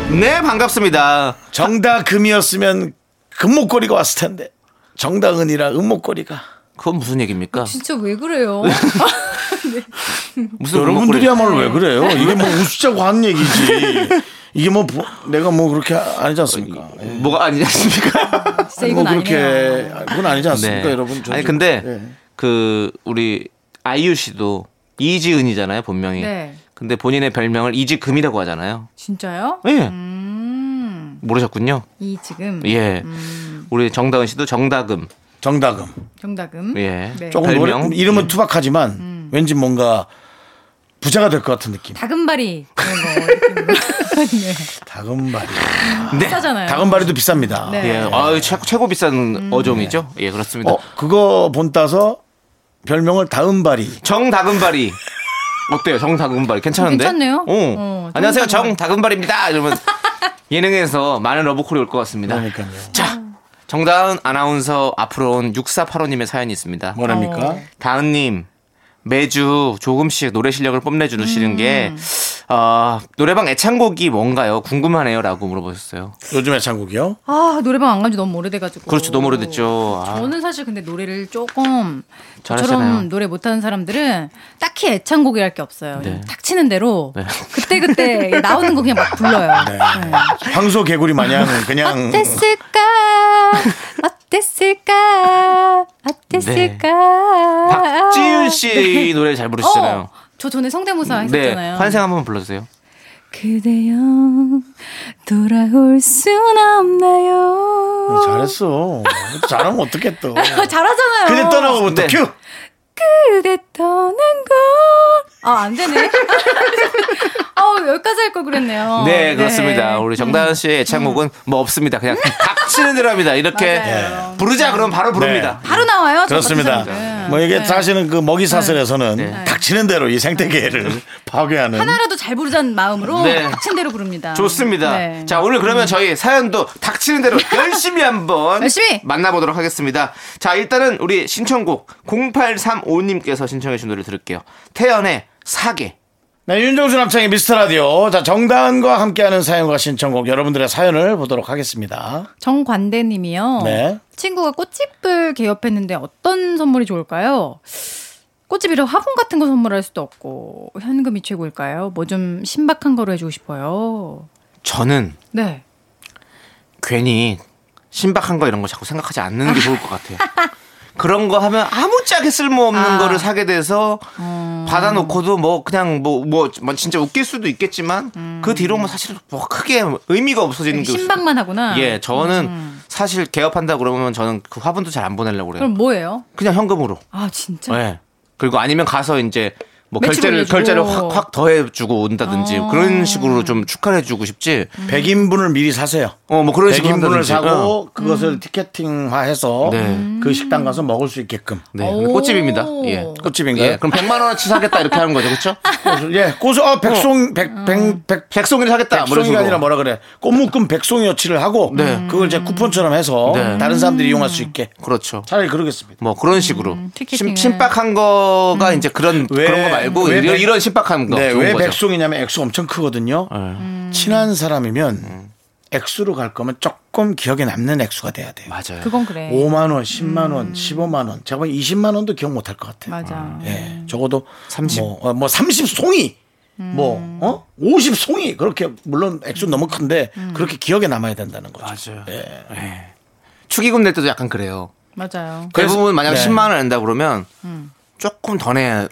S2: 네, 반갑습니다.
S1: 정다금이었으면 금목걸이가 왔을 텐데. 정다은이라 은목걸이가.
S2: 그건 무슨 얘기입니까?
S6: 진짜 왜 그래요?
S2: 무슨 음악거리- 네.
S1: 여러분들이야말로 왜 그래요? 이게 뭐 웃자고 하는 얘기지. 이게 뭐 보- 내가 뭐 그렇게 아니지 않습니까? 예.
S2: 뭐가 아니지 않습니까? 네.
S6: 진짜 이건
S1: 뭐 그렇게
S6: 아니에요.
S1: 그건 아니지 않습니까, 여러분? 저-
S2: 아니 근데
S1: 예.
S2: 그 우리 아이유 씨도 이지은이잖아요, 본명이.
S6: 네.
S2: 근데 본인의 별명을 이지금이라고 하잖아요.
S6: 진짜요?
S2: 예.
S6: 음,
S2: 모르셨군요.
S6: 이 지금
S2: 예.
S6: 음.
S2: 우리 정다은 씨도 정다금.
S1: 정다금
S6: 정다금.
S2: 예.
S6: 네.
S1: 조금
S2: 별명? 예.
S1: 노래- 이름은 투박하지만
S6: 음.
S1: 왠지 뭔가 부자가 될 것 같은 느낌.
S6: 다금바리 그런 거 느낌으로.
S1: 다금바리.
S2: 네.
S6: 싸잖아요.
S1: 다금바리도 비쌉니다.
S6: 네. 음.
S2: 예. 아, 최고 최고 비싼 어종이죠. 예, 그렇습니다.
S1: 어 그거 본 따서 별명을 다음바리.
S2: 정다금발이 어때요? 정다금발 괜찮은데?
S6: 어, 괜찮네요.
S2: 어.
S6: 어,
S2: 안녕하세요,
S6: 정다금발.
S2: 정다금발입니다. 이러면 예능에서 많은 러브콜이 올 것 같습니다.
S1: 네, 그러니까요.
S2: 자, 정다은 아나운서 앞으로 온 6485님의 사연이 있습니다.
S1: 뭐랍니까?
S6: 어.
S2: 다은님 매주 조금씩 노래 실력을 뽐내주시는 게
S6: 음.
S2: 어, 노래방 애창곡이 뭔가요? 궁금하네요라고 물어보셨어요.
S1: 요즘에 창국이요?
S6: 아 노래방 안 간 지 너무 오래돼가지고.
S2: 그렇죠, 너무 오래됐죠. 아.
S6: 저는 사실 근데 노래를 조금
S2: 잘하시나요?
S6: 저처럼 노래 못하는 사람들은 딱히 애창곡이랄 게 없어요.
S2: 네.
S6: 탁 치는 대로 그때 그때 나오는 거 그냥 막 불러요. 네.
S1: 황소 개구리 마냥
S6: 어,
S1: 그냥
S6: 어땠을까? 어땠을까? 어땠을까?
S2: 박지윤 씨 네. 노래 잘 부르시잖아요. 음, 네.
S6: 어, 저 전에 성대모사 했었잖아요.
S2: 환생 한번 불러주세요.
S4: 그대여 돌아올 순 없나요?
S1: 잘했어. 잘하면 어떻게 또.
S6: 잘하잖아요.
S1: 그대 떠나고 부터
S2: 네.
S1: 큐.
S4: 그대 떠난 곳
S6: 아, 안 되네. 아, 여기까지 할 걸 어, 그랬네요. 음.
S2: 네, 그렇습니다. 우리 정다은 씨의 애창곡은 뭐 없습니다. 그냥 닥치는 대로 합니다. 이렇게
S6: 맞아요.
S2: 부르자 그러면 바로 부릅니다.
S6: 바로 나와요. 저
S1: 그렇습니다.
S6: 같은 사람들은.
S1: 뭐 이게
S6: 네.
S1: 사실은 그 먹이 사슬에서는
S2: 네.
S1: 닥치는 대로 이 생태계를 네. 파괴하는
S6: 하나라도 잘 부르자는 마음으로
S2: 네.
S6: 닥친 대로 부릅니다.
S2: 좋습니다.
S6: 네.
S2: 자, 오늘 그러면 저희 사연도 닥치는 대로 열심히 한번
S6: 열심히!
S2: 만나보도록 하겠습니다. 자, 일단은 우리 신청곡 0835님께서 신청해 주신 노래 들을게요. 태연의 사계.
S1: 네, 윤종수 남창의 미스터 라디오. 자, 정다은과 함께하는 사연과 신청곡 여러분들의 사연을 보도록 하겠습니다.
S6: 정관대님이요.
S1: 네.
S6: 친구가 꽃집을 개업했는데 어떤 선물이 좋을까요? 꽃집이라 화분 같은 거 선물할 수도 없고 현금이 최고일까요? 뭐 좀 신박한 거로 해주고 싶어요.
S2: 저는
S6: 네.
S2: 괜히 신박한 거 이런 거 자꾸 생각하지 않는 게 좋을 것 같아요. 그런 거 하면 아무짝에 쓸모없는
S6: 아. 음.
S2: 거를 사게 돼서 받아놓고도 뭐 그냥 뭐 뭐 진짜 웃길 수도 있겠지만
S6: 음.
S2: 그 뒤로 뭐 사실 뭐 크게 의미가 없어지는
S6: 네,
S2: 게
S6: 신박만 하구나.
S2: 없어요. 예, 저는 사실 개업한다 그러면 저는 그 화분도 잘 안 보내려고 그래요.
S6: 음. 그럼 뭐예요?
S2: 그냥 현금으로.
S6: 아 진짜?
S2: 예. 그리고 아니면 가서 이제 뭐
S6: 매출
S2: 결제를
S6: 올려주고.
S2: 결제를 확 확 더해주고 온다든지
S6: 어.
S2: 그런 식으로 좀 축하를 해주고 싶지.
S6: 음.
S1: 백인분을 미리 사세요.
S2: 어 뭐 그런
S1: 백인
S2: 식으로
S1: 분을
S2: 한다든지. 어.
S1: 사고 그것을 티켓팅화해서
S2: 네.
S1: 그 식당 가서 먹을 수 있게끔.
S2: 네,
S6: 오.
S2: 꽃집입니다. 예.
S1: 꽃집인가요?
S2: 예, 그럼 100만 원어치 사겠다 이렇게 하는 거죠, 그렇죠?
S1: 꽃을- 예, 고수, 어, 백송, 백, 백, 백,
S2: 백송이를 사겠다. 뭐 이런
S1: 백송이가
S2: 식으로.
S1: 아니라 뭐라 그래. 꽃묶음 백송이어치를 하고
S2: 네.
S1: 그걸 이제 쿠폰처럼 해서
S2: 네.
S1: 다른 사람들이 이용할 수 있게.
S2: 그렇죠.
S1: 차라리 그러겠습니다.
S2: 뭐 그런 식으로
S6: 음, 티켓팅을. 음.
S2: 심, 신박한 거가 이제 그런
S1: 왜-
S2: 그런 거 말고
S1: 왜
S2: 이런,
S1: 백-
S2: 이런 신박한 거
S1: 네,
S2: 좋은
S1: 왜
S2: 거죠.
S1: 백송이냐면 액수 엄청 크거든요.
S2: 예.
S6: 음.
S1: 친한
S2: 음.
S1: 사람이면 액수로 갈 거면 조금 기억에 남는 액수가 돼야 돼요.
S2: 맞아요.
S6: 그건 그래.
S1: 5만 원, 10만 원, 15만 원. 제가 20만 원도 기억 못 할 것 같아요.
S6: 맞아.
S1: 예.
S2: 음.
S1: 적어도
S2: 30.
S1: 뭐, 어, 뭐 30송이
S2: 음.
S1: 뭐, 어? 50송이. 그렇게, 물론 액수 너무 큰데, 그렇게 기억에 남아야 된다는 거죠.
S2: 음. 맞아요. 예. 축의금 낼 때도 약간 그래요.
S6: 맞아요.
S2: 대부분 만약
S1: 네.
S2: 10만 원을 낸다 그러면
S6: 음.
S2: 조금 더 내는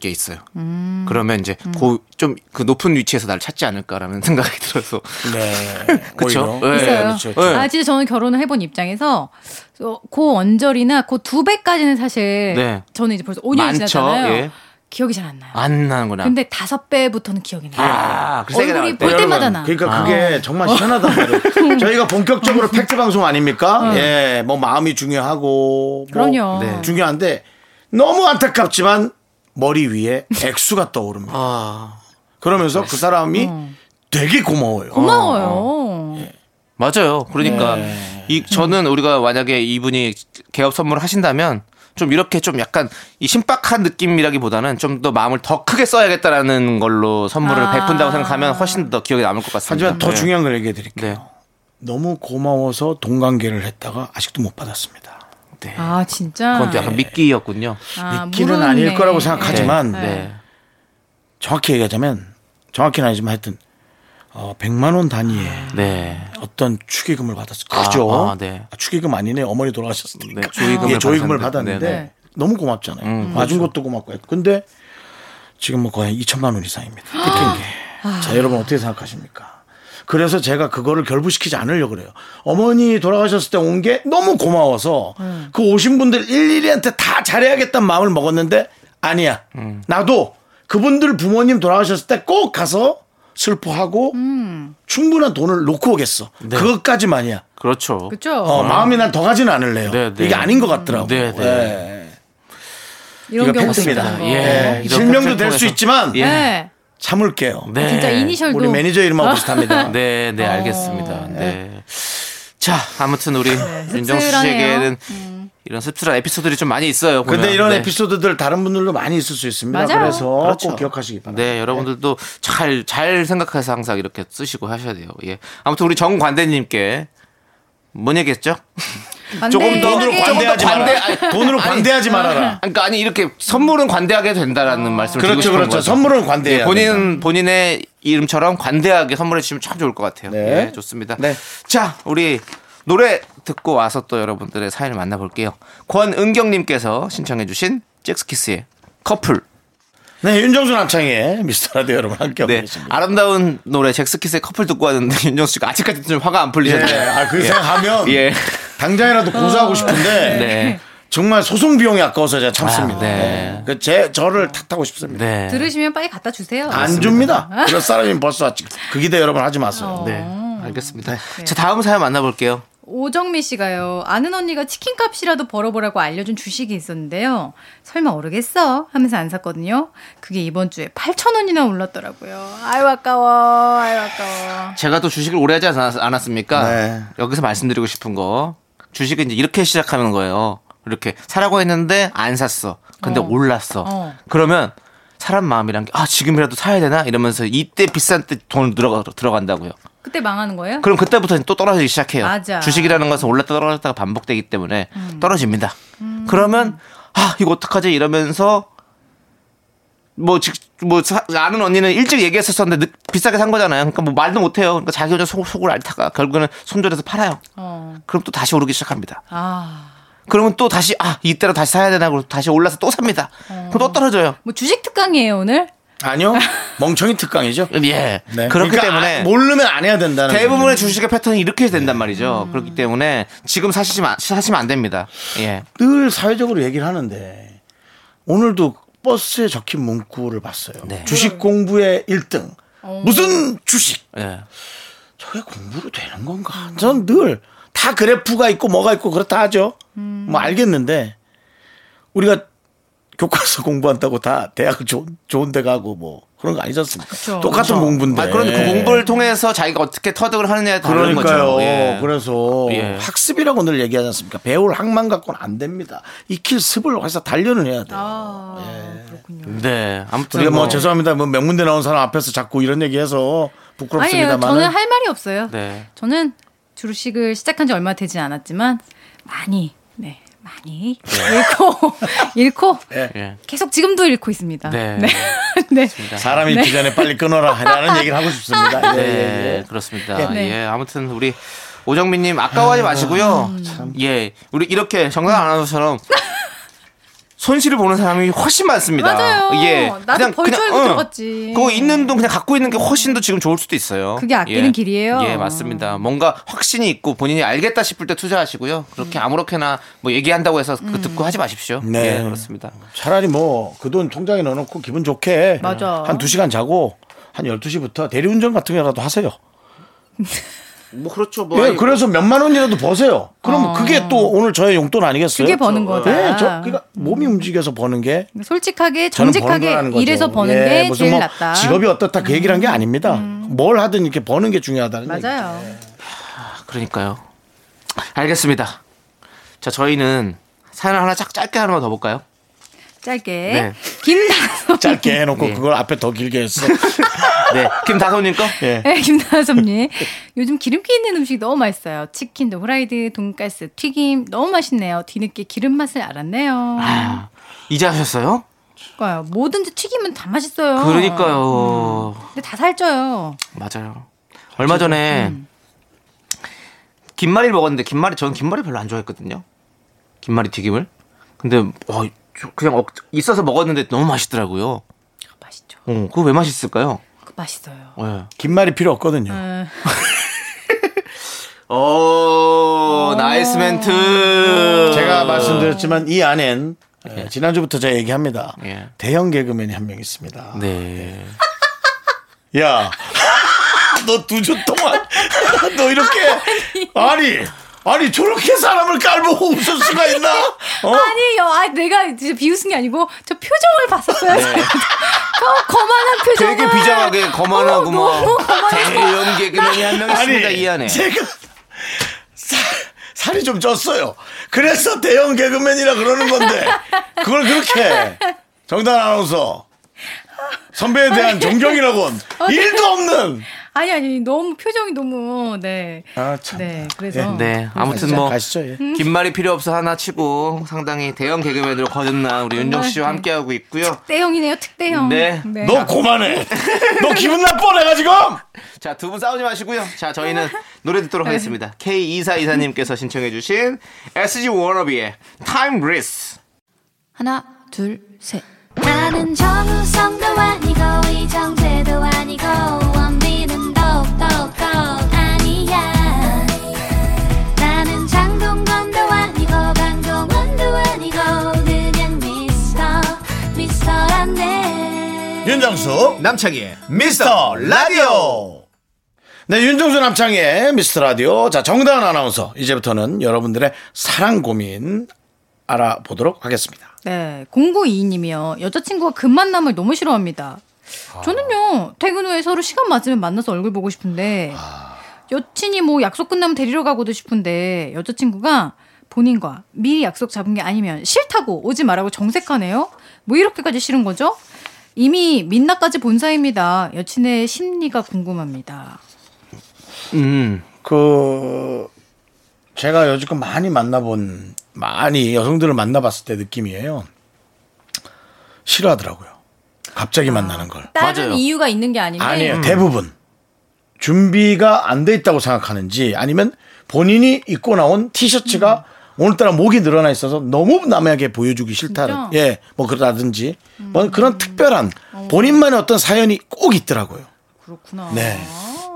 S2: 게 있어요. 그러면 이제
S6: 음.
S2: 좀 그 높은 위치에서 나를 찾지 않을까라는 생각이 들어서
S1: 네.
S2: 그쵸?
S1: 오히려.
S2: 네.
S6: 있어요.
S1: 그렇죠.
S2: 네.
S6: 아 진짜 저는 결혼을 해본 입장에서 어, 고 언저리나 고 두 배까지는 사실
S2: 네.
S6: 저는 이제 벌써 5년이
S2: 많죠.
S6: 지났잖아요.
S2: 예.
S6: 기억이 잘 안
S1: 아,
S6: 나요.
S2: 안 나는구나.
S6: 아, 근데 다섯 배부터는 기억이 나요.
S2: 아, 그 세게 아.
S6: 얼굴이
S2: 나갈 때.
S6: 볼 때마다 나.
S1: 그러니까 그게 정말 희한하단
S2: 음.
S1: 말이에요. 저희가 본격적으로 팩트 방송 아닙니까? 예, 뭐 마음이 중요하고. 뭐
S6: 그럼요.
S2: 네.
S1: 중요한데 너무 안타깝지만 머리 위에 액수가 떠오릅니다.
S2: 아.
S1: 그러면서 그 사람이
S2: 음.
S1: 되게 고마워요.
S6: 고마워요.
S1: 어,
S2: 맞아요. 그러니까
S1: 네.
S2: 이 저는 우리가 만약에 이분이 개업 선물을 하신다면 좀 이렇게 좀 약간 이 신박한 느낌이라기보다는 좀 더 마음을 더 크게 써야겠다라는 걸로 선물을
S6: 아.
S2: 베푼다고 생각하면 훨씬 더 기억에 남을 것 같습니다.
S1: 하지만 더
S2: 네.
S1: 중요한 걸 얘기해 드릴게요.
S2: 네.
S1: 너무 고마워서 동관계를 했다가 아직도 못 받았습니다.
S2: 네.
S6: 아 진짜.
S2: 그건 또 약간
S1: 네.
S2: 미끼였군요.
S6: 아,
S1: 믿기는
S6: 모르네.
S1: 아닐 거라고 생각하지만
S2: 네. 네.
S1: 정확히 얘기하자면 정확히는 아니지만 하여튼 어, 100만 원 단위의
S2: 네.
S1: 어떤 축의금을 받았어요. 그죠?
S2: 아, 아, 네.
S1: 아, 축의금 아니네. 어머니 돌아가셨으니까.
S2: 네, 조의금을
S1: 예, 조의금을
S2: 받았는데.
S1: 받았는데
S2: 네, 음, 그렇죠.
S6: 네.
S1: 너무 고맙잖아요. 와준 것도 고맙고. 근데 지금 뭐 거의 2천만 원 이상입니다. 끝인 게.
S2: 아.
S1: 자, 여러분 어떻게 생각하십니까? 그래서 제가 그거를 결부시키지 않으려고 그래요. 어머니 돌아가셨을 때 온 게 너무 고마워서
S2: 음.
S1: 그 오신 분들 일일이한테 다 잘해야겠다는 마음을 먹었는데 아니야.
S2: 음.
S1: 나도 그분들 부모님 돌아가셨을 때 꼭 가서 슬퍼하고
S2: 음.
S1: 충분한 돈을 놓고 오겠어.
S2: 네.
S1: 그것까지만이야.
S2: 그렇죠.
S6: 그렇죠.
S1: 어, 마음이 난 더 가지는 않을래요.
S2: 네, 네.
S1: 이게 아닌 것 같더라고.
S2: 네, 네.
S6: 이런
S1: 이거
S6: 경우도
S1: 팩트입니다.
S6: 있다는 거.
S2: 예.
S1: 예. 실명도 될 수 있지만
S6: 네.
S2: 예.
S1: 참을게요.
S2: 네.
S6: 아, 진짜 이니셜도. 어?
S1: 우리 매니저
S6: 아.
S1: 이름하고 비슷합니다.
S2: 네, 네, 알겠습니다. 네. 자, 아무튼 우리 윤정수
S6: 네, 씁쓸하네요. 음.
S2: 씨에게는 이런 씁쓸한 에피소드들이 좀 많이 있어요. 보면.
S1: 근데 이런
S2: 네.
S1: 에피소드들 다른 분들도 많이 있을 수 있습니다.
S6: 맞아요.
S1: 그래서
S2: 그렇죠.
S1: 꼭 기억하시기 바랍니다.
S2: 네, 여러분들도 잘 잘 생각해서 항상 이렇게 쓰시고 하셔야 돼요. 예. 아무튼 우리 정관대님께 뭔 얘기했죠? 조금 더
S1: 돈으로
S6: 네. 관대하게.
S1: 관대하지
S2: 조금 더
S1: 마라.
S2: 관대- 아니,
S1: 돈으로
S2: 아니.
S1: 관대하지 말아라.
S2: 그러니까 아니 이렇게 선물은 관대하게
S6: 아.
S2: 된다라는 말씀을 드리고
S1: 그렇죠,
S2: 싶은
S1: 그렇죠.
S2: 거죠. 네,
S1: 선물은 관대해야
S2: 예, 본인 본인의 이름처럼 관대하게 선물해 주시면 참 좋을 것 같아요.
S1: 네.
S2: 네, 좋습니다.
S1: 네.
S2: 자, 우리 노래 듣고 와서 또 여러분들의 사연을 만나볼게요. 권은경님께서 신청해주신 잭스키스의 커플.
S1: 네, 윤정수 남창의 미스터 라디오 여러분 함께하고
S2: 네.
S1: 계십니다.
S2: 아름다운 노래 잭스키스의 커플 듣고 왔는데 윤정수 씨가 아직까지 좀 화가 안
S1: 예,
S2: 풀리셨네요.
S1: 아, 그 생각하면
S2: 예.
S1: 당장이라도 고소하고 싶은데
S2: 네.
S1: 정말 소송 비용이 아까워서 제가 참습니다.
S2: 아, 네.
S1: 그 제 저를 탓하고 싶습니다.
S2: 네.
S6: 들으시면 빨리 갖다 주세요.
S1: 안 줍니다. 그럴 사람이 벌써 왔지. 그 기대 여러분 하지 마세요.
S2: 네.
S6: 음.
S2: 알겠습니다. 자, 다음 사연 만나볼게요.
S6: 오정미 씨가요. 아는 언니가 치킨 값이라도 벌어보라고 알려준 주식이 있었는데요. 설마 오르겠어? 하면서 안 샀거든요. 그게 이번 주에 8천 원이나 올랐더라고요. 아유 아까워. 아유 아까워.
S2: 제가 또 주식을 오래 하지 않았, 않았습니까?
S1: 네.
S2: 여기서 말씀드리고 싶은 거. 주식은 이제 이렇게 시작하는 거예요. 이렇게 사라고 했는데 안 샀어. 근데
S6: 어.
S2: 올랐어.
S6: 어.
S2: 그러면 사람 마음이란 게 아, 지금이라도 사야 되나? 이러면서 이때 비싼 때 돈 들어가, 들어간다고요.
S6: 그때 망하는 거예요?
S2: 그럼 그때부터는 또 떨어지기 시작해요.
S6: 맞아. 음.
S2: 주식이라는 것은 올랐다 떨어졌다가 반복되기 때문에 떨어집니다. 그러면 아 이거 어떡하지 이러면서 뭐, 즉, 뭐, 사- 아는 언니는 일찍 얘기했었었는데, 늦- 비싸게 산 거잖아요. 그러니까 뭐 말도 못해요. 그러니까 자기 혼자 속, 속을 앓다가 결국에는 손절해서 팔아요.
S6: 어.
S2: 그럼 또 다시 오르기 시작합니다.
S6: 아.
S2: 그러면 또 다시, 아, 이때로 다시 사야 되나, 그러고 다시 올라서 또 삽니다. 그럼 또 떨어져요.
S6: 뭐 주식 특강이에요 오늘?
S1: 아니요, 멍청이 특강이죠.
S2: 예.
S1: 네.
S2: 그렇기
S1: 그러니까
S2: 때문에.
S1: 아, 모르면 안 해야 된다는.
S2: 대부분의
S1: 거죠.
S2: 주식의 패턴이 이렇게 된단 말이죠.
S1: 음.
S2: 그렇기 때문에 지금 사시지 마, 사시면 안 됩니다. 예.
S1: 늘 사회적으로 얘기를 하는데 오늘도 버스에 적힌 문구를 봤어요.
S2: 네.
S1: 주식 공부의 1등. 무슨 주식?
S2: 예.
S1: 저게 공부로 되는 건가? 전 늘 다 그래프가 있고 뭐가 있고 그렇다 하죠.
S6: 음.
S1: 뭐 알겠는데 우리가 교과서 공부한다고 다 대학 좋은, 좋은 데 가고 뭐 그런 거 아니지 않습니까? 똑같은 공부인데. 예.
S2: 아, 그런데 그 공부를 통해서 자기가 어떻게 터득을 하느냐에 따른
S1: 그러니까요.
S2: 거죠. 예.
S1: 그래서
S2: 예.
S1: 학습이라고 늘 얘기하지 않습니까? 배울 학만 갖고는 안 됩니다. 익힐 습을 해서 단련을 해야 돼요.
S6: 아 그렇군요.
S2: 네. 아무튼
S1: 우리가 뭐
S2: 뭐
S1: 죄송합니다. 뭐 명문대 나온 사람 앞에서 자꾸 이런 얘기해서
S6: 아니에요. 저는
S1: 부끄럽습니다만
S6: 할 말이 없어요.
S2: 네.
S6: 저는 주식을 시작한 지 얼마 되진 않았지만 많이 네 많이 잃고 잃고
S2: 예.
S6: 계속 지금도 잃고 있습니다.
S2: 네.
S6: 네. 네.
S1: 사람이 기 전에 빨리 끊어라 라는 얘기를 하고 싶습니다. 예,
S2: 네.
S1: 예, 예.
S2: 그렇습니다.
S6: 네.
S2: 예. 아무튼 우리 오정민님 아까워하지 마시고요. 예. 우리 이렇게 정상 아나운서처럼 손실을 보는 사람이 훨씬 많습니다.
S6: 맞아요.
S2: 예.
S6: 나도 벌초 알고
S2: 응.
S6: 들어갔지.
S2: 그거 있는 돈 그냥 갖고 있는 게 훨씬 더 지금 좋을 수도 있어요.
S6: 그게 아끼는
S2: 예.
S6: 길이에요.
S2: 예, 맞습니다. 뭔가 확신이 있고 본인이 알겠다 싶을 때 투자하시고요. 그렇게
S6: 음.
S2: 아무렇게나 뭐 얘기한다고 해서 그 듣고 하지 마십시오.
S1: 네.
S2: 예, 그렇습니다.
S1: 차라리 뭐 그 돈 통장에 넣어놓고 기분 좋게
S6: 맞아.
S1: 한 2시간 자고 한 12시부터 대리운전 같은 거라도 하세요.
S2: 어, 뭐 그렇죠.
S1: 예, 그래서 몇만 원이라도 버세요. 그럼 그게 또 오늘 저의 용돈 아니겠어요?
S6: 아. 그게 버는 거다.
S1: 예, 저, 그러니까 몸이 움직여서 버는 게
S6: 솔직하게
S1: 저는 버는 거라는
S6: 정직하게
S1: 거죠.
S6: 일해서 버는
S1: 예,
S6: 게
S1: 무슨
S6: 제일
S1: 뭐
S6: 낫다. 음.
S1: 직업이 어떻다 그 얘기란 게 아닙니다. 뭘 하든 이렇게 버는 게 중요하다는 얘기죠.
S6: 맞아요.
S2: 그러니까요. 알겠습니다. 자, 저희는 사연 하나 짝 짧게 하나만 더 볼까요?
S6: 짧게
S2: 네.
S6: 김다솜
S1: 짧게 해놓고
S2: 예.
S1: 그걸 앞에 더 길게 했어.
S2: 네. 김다솜님 거?
S1: 예.
S6: 네, 김나섭님. 요즘 기름기 있는 음식이 너무 맛있어요. 치킨도 후라이드, 돈가스, 튀김 너무 맛있네요. 뒤늦게 기름 맛을 알았네요.
S2: 아, 이제 하셨어요?
S6: 그러니까요. 뭐든지 튀김은 다 맛있어요.
S2: 그러니까요.
S1: 음.
S6: 근데 다 살쪄요.
S2: 맞아요. 얼마 전에 김말이를 먹었는데 김말이 저는 김말이 별로 안 좋아했거든요. 김말이 튀김을. 근데 와, 저 그냥 억, 있어서 먹었는데 너무 맛있더라고요.
S6: 아, 맛있죠.
S2: 어, 그거 왜 맛있을까요?
S6: 그 맛있어요.
S2: 예.
S1: 긴 말이 필요 없거든요.
S6: 음.
S2: 오, 나이스 멘트.
S1: 제가 말씀드렸지만 이 안엔 예, 지난주부터 제가 얘기합니다.
S2: 예.
S1: 대형 개그맨이 한 명 있습니다.
S2: 네.
S1: 야, 너 두 주 동안 너 이렇게 아니 아니 저렇게 사람을 깔보고 웃을 수가 있나? 어?
S6: 아니요, 아, 내가 진짜 비웃은 게 아니고 저 표정을 봤었어요.
S1: 네.
S6: 저 거만한 표정을.
S2: 되게 비장하게 거만하고
S6: 어,
S2: 막
S6: 너무 거만해.
S2: 대형 개그맨이 한 명 있습니다
S1: 아니,
S2: 이 안에.
S1: 제가 살, 살이 좀 쪘어요. 그래서 대형 개그맨이라 그러는 건데 그걸 그렇게 정단 아나운서 선배에 대한 존경이라곤 일도 없는.
S6: 아니 아니 너무 표정이 너무 네.
S1: 아 참.
S6: 네, 그래서
S2: 네, 아무튼 뭐
S1: 가시죠. 예.
S2: 긴말이 필요 없어 하나 치고 상당히 대형 개그맨으로 거듭난 우리 윤정 씨와
S6: 정말,
S2: 함께하고 있고요.
S6: 대형이네요, 특대형.
S2: 네.
S1: 너 고만해. 너 기분 나빠 내가 지금.
S2: 자, 두 분 싸우지 마시고요. 자, 저희는 노래
S6: 네.
S2: 듣도록 하겠습니다. K2424님께서 신청해주신 SG 워너비의 Time Risk.
S4: 하나, 둘, 셋.
S7: 나는 정우성도 아니고 이정재도 아니고 원빈은 더욱더 아니야 나는 장동건도 아니고 강동원도 아니고 그냥 미스터 미스터란데
S1: 윤정수
S5: 어? 남창희의 미스터 라디오
S1: 네, 윤정수 남창의 미스터 라디오. 자, 정다은 아나운서. 이제부터는 여러분들의 사랑 고민 알아보도록 하겠습니다.
S6: 네, 0922님이요. 여자친구가 급 만남을 너무 싫어합니다.
S1: 아.
S6: 저는요, 퇴근 후에 서로 시간 맞으면 만나서 얼굴 보고 싶은데,
S1: 아.
S6: 여친이 뭐 약속 끝나면 데리러 가고도 싶은데, 여자친구가 본인과 미리 약속 잡은 게 아니면 싫다고 오지 말라고 정색하네요? 뭐 이렇게까지 싫은 거죠? 이미 민낯까지 본 사이입니다. 여친의 심리가 궁금합니다.
S1: 그, 제가 여지껏 많이 만나본, 많이 여성들을 만나봤을 때 느낌이에요. 싫어하더라고요. 갑자기 만나는 걸.
S6: 다른
S2: 맞아요.
S6: 이유가 있는 게 음. 아닌데,
S1: 아니에요. 대부분. 준비가 안 돼 있다고 생각하는지 아니면 본인이 입고 나온 티셔츠가 오늘따라 목이 늘어나 있어서 너무 남에게 보여주기 싫다는
S6: 음. 진짜? 음.
S1: 예, 뭐 그러다든지 뭐 그런 특별한 본인만의 어떤 사연이 꼭 있더라고요.
S6: 그렇구나.
S1: 네.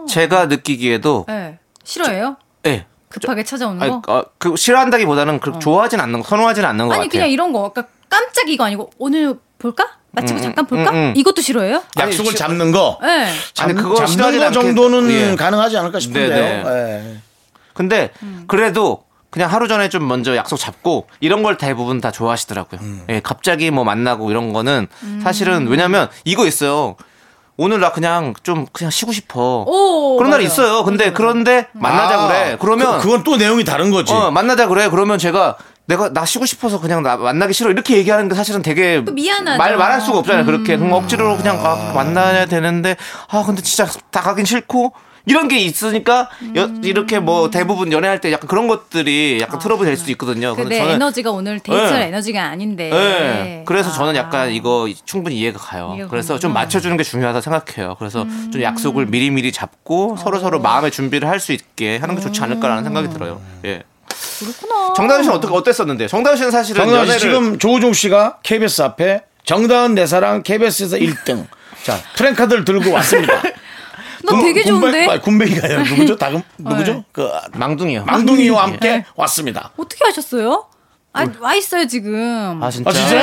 S2: 제가 느끼기에도
S6: 네, 싫어요?
S2: 예.
S6: 급하게 찾아오는
S2: 아니,
S6: 거?
S2: 어, 그 싫어한다기보다는 그렇게 좋아하진 않는 거, 선호하진 않는 거
S6: 뭐? 아니
S2: 같아요.
S6: 그냥 이런 거 아까 깜짝 이거 아니고 오늘 볼까? 마치고 잠깐 볼까?
S2: 음, 음.
S6: 이것도 싫어해요?
S2: 아니,
S1: 약속을
S2: 시-
S1: 잡는 거.
S6: 예. 네.
S1: 잡,
S2: 아니,
S1: 는
S2: 그거 싫어하진
S1: 거
S2: 않겠-
S1: 정도는
S2: 예. 네,
S1: 가능하지 않을까 싶은데요. 예.
S2: 근데
S6: 음.
S2: 그래도 그냥 하루 전에 좀 먼저 약속 잡고 이런 걸 대부분 다 좋아하시더라고요. 예, 갑자기 뭐 만나고 이런 거는
S6: 음.
S2: 사실은 왜냐면 이거 있어요. 오늘 나 그냥 좀 그냥 쉬고 싶어.
S6: 오,
S2: 그런 날이
S6: 맞아요.
S2: 있어요. 근데 그런데 만나자
S1: 아,
S2: 그래. 그러면
S1: 그, 건또 내용이 다른 거지.
S2: 어, 만나자 그래. 그러면 제가 내가 나 쉬고 싶어서 그냥 나 만나기 싫어 이렇게 얘기하는 게 사실은 되게
S6: 또 음. 미안하죠.
S2: 말 말할 수가 없잖아요. 그렇게 그럼 억지로 그냥 가, 만나야 되는데 아 근데 진짜 다 가긴 싫고 이런 게 있으니까 여-
S6: 음.
S2: 이렇게 뭐 대부분 연애할 때 약간 그런 것들이 약간 트러블 될 수도 있거든요.
S6: 아, 그
S2: 근데
S6: 내
S2: 저는
S6: 에너지가 오늘 데이트할
S2: 예.
S6: 에너지가 아닌데.
S2: 예. 그래서
S6: 아.
S2: 저는 약간 이거 충분히 이해가 가요.
S6: 이해가
S2: 그래서 좀
S6: 가는구나. 음.
S2: 맞춰주는 게 중요하다 생각해요. 그래서 좀 약속을 미리미리 잡고 서로
S6: 어.
S2: 서로 마음의 준비를 할 수 있게 하는 게 좋지 않을까라는 생각이 들어요. 예.
S6: 음. 그렇구나.
S2: 정다은 씨는 어떻게 어땠었는데요? 정다은 씨는 사실은
S1: 정다은
S2: 연애를
S1: 씨 지금 조우종 씨가 KBS 앞에 정다은 내 사랑 KBS에서 1등. 자, 프랭카드를 들고 왔습니다.
S6: 너 되게 좋은데. 네.
S1: 군백, 이가요 누구죠? 다금 누구죠? 그
S2: 망둥이요. 예.
S1: 망둥이와 함께 왔습니다.
S6: 어떻게 하셨어요? 아, 와 있어요 지금.
S2: 아
S6: 아,
S2: 진짜.
S1: 아 진짜?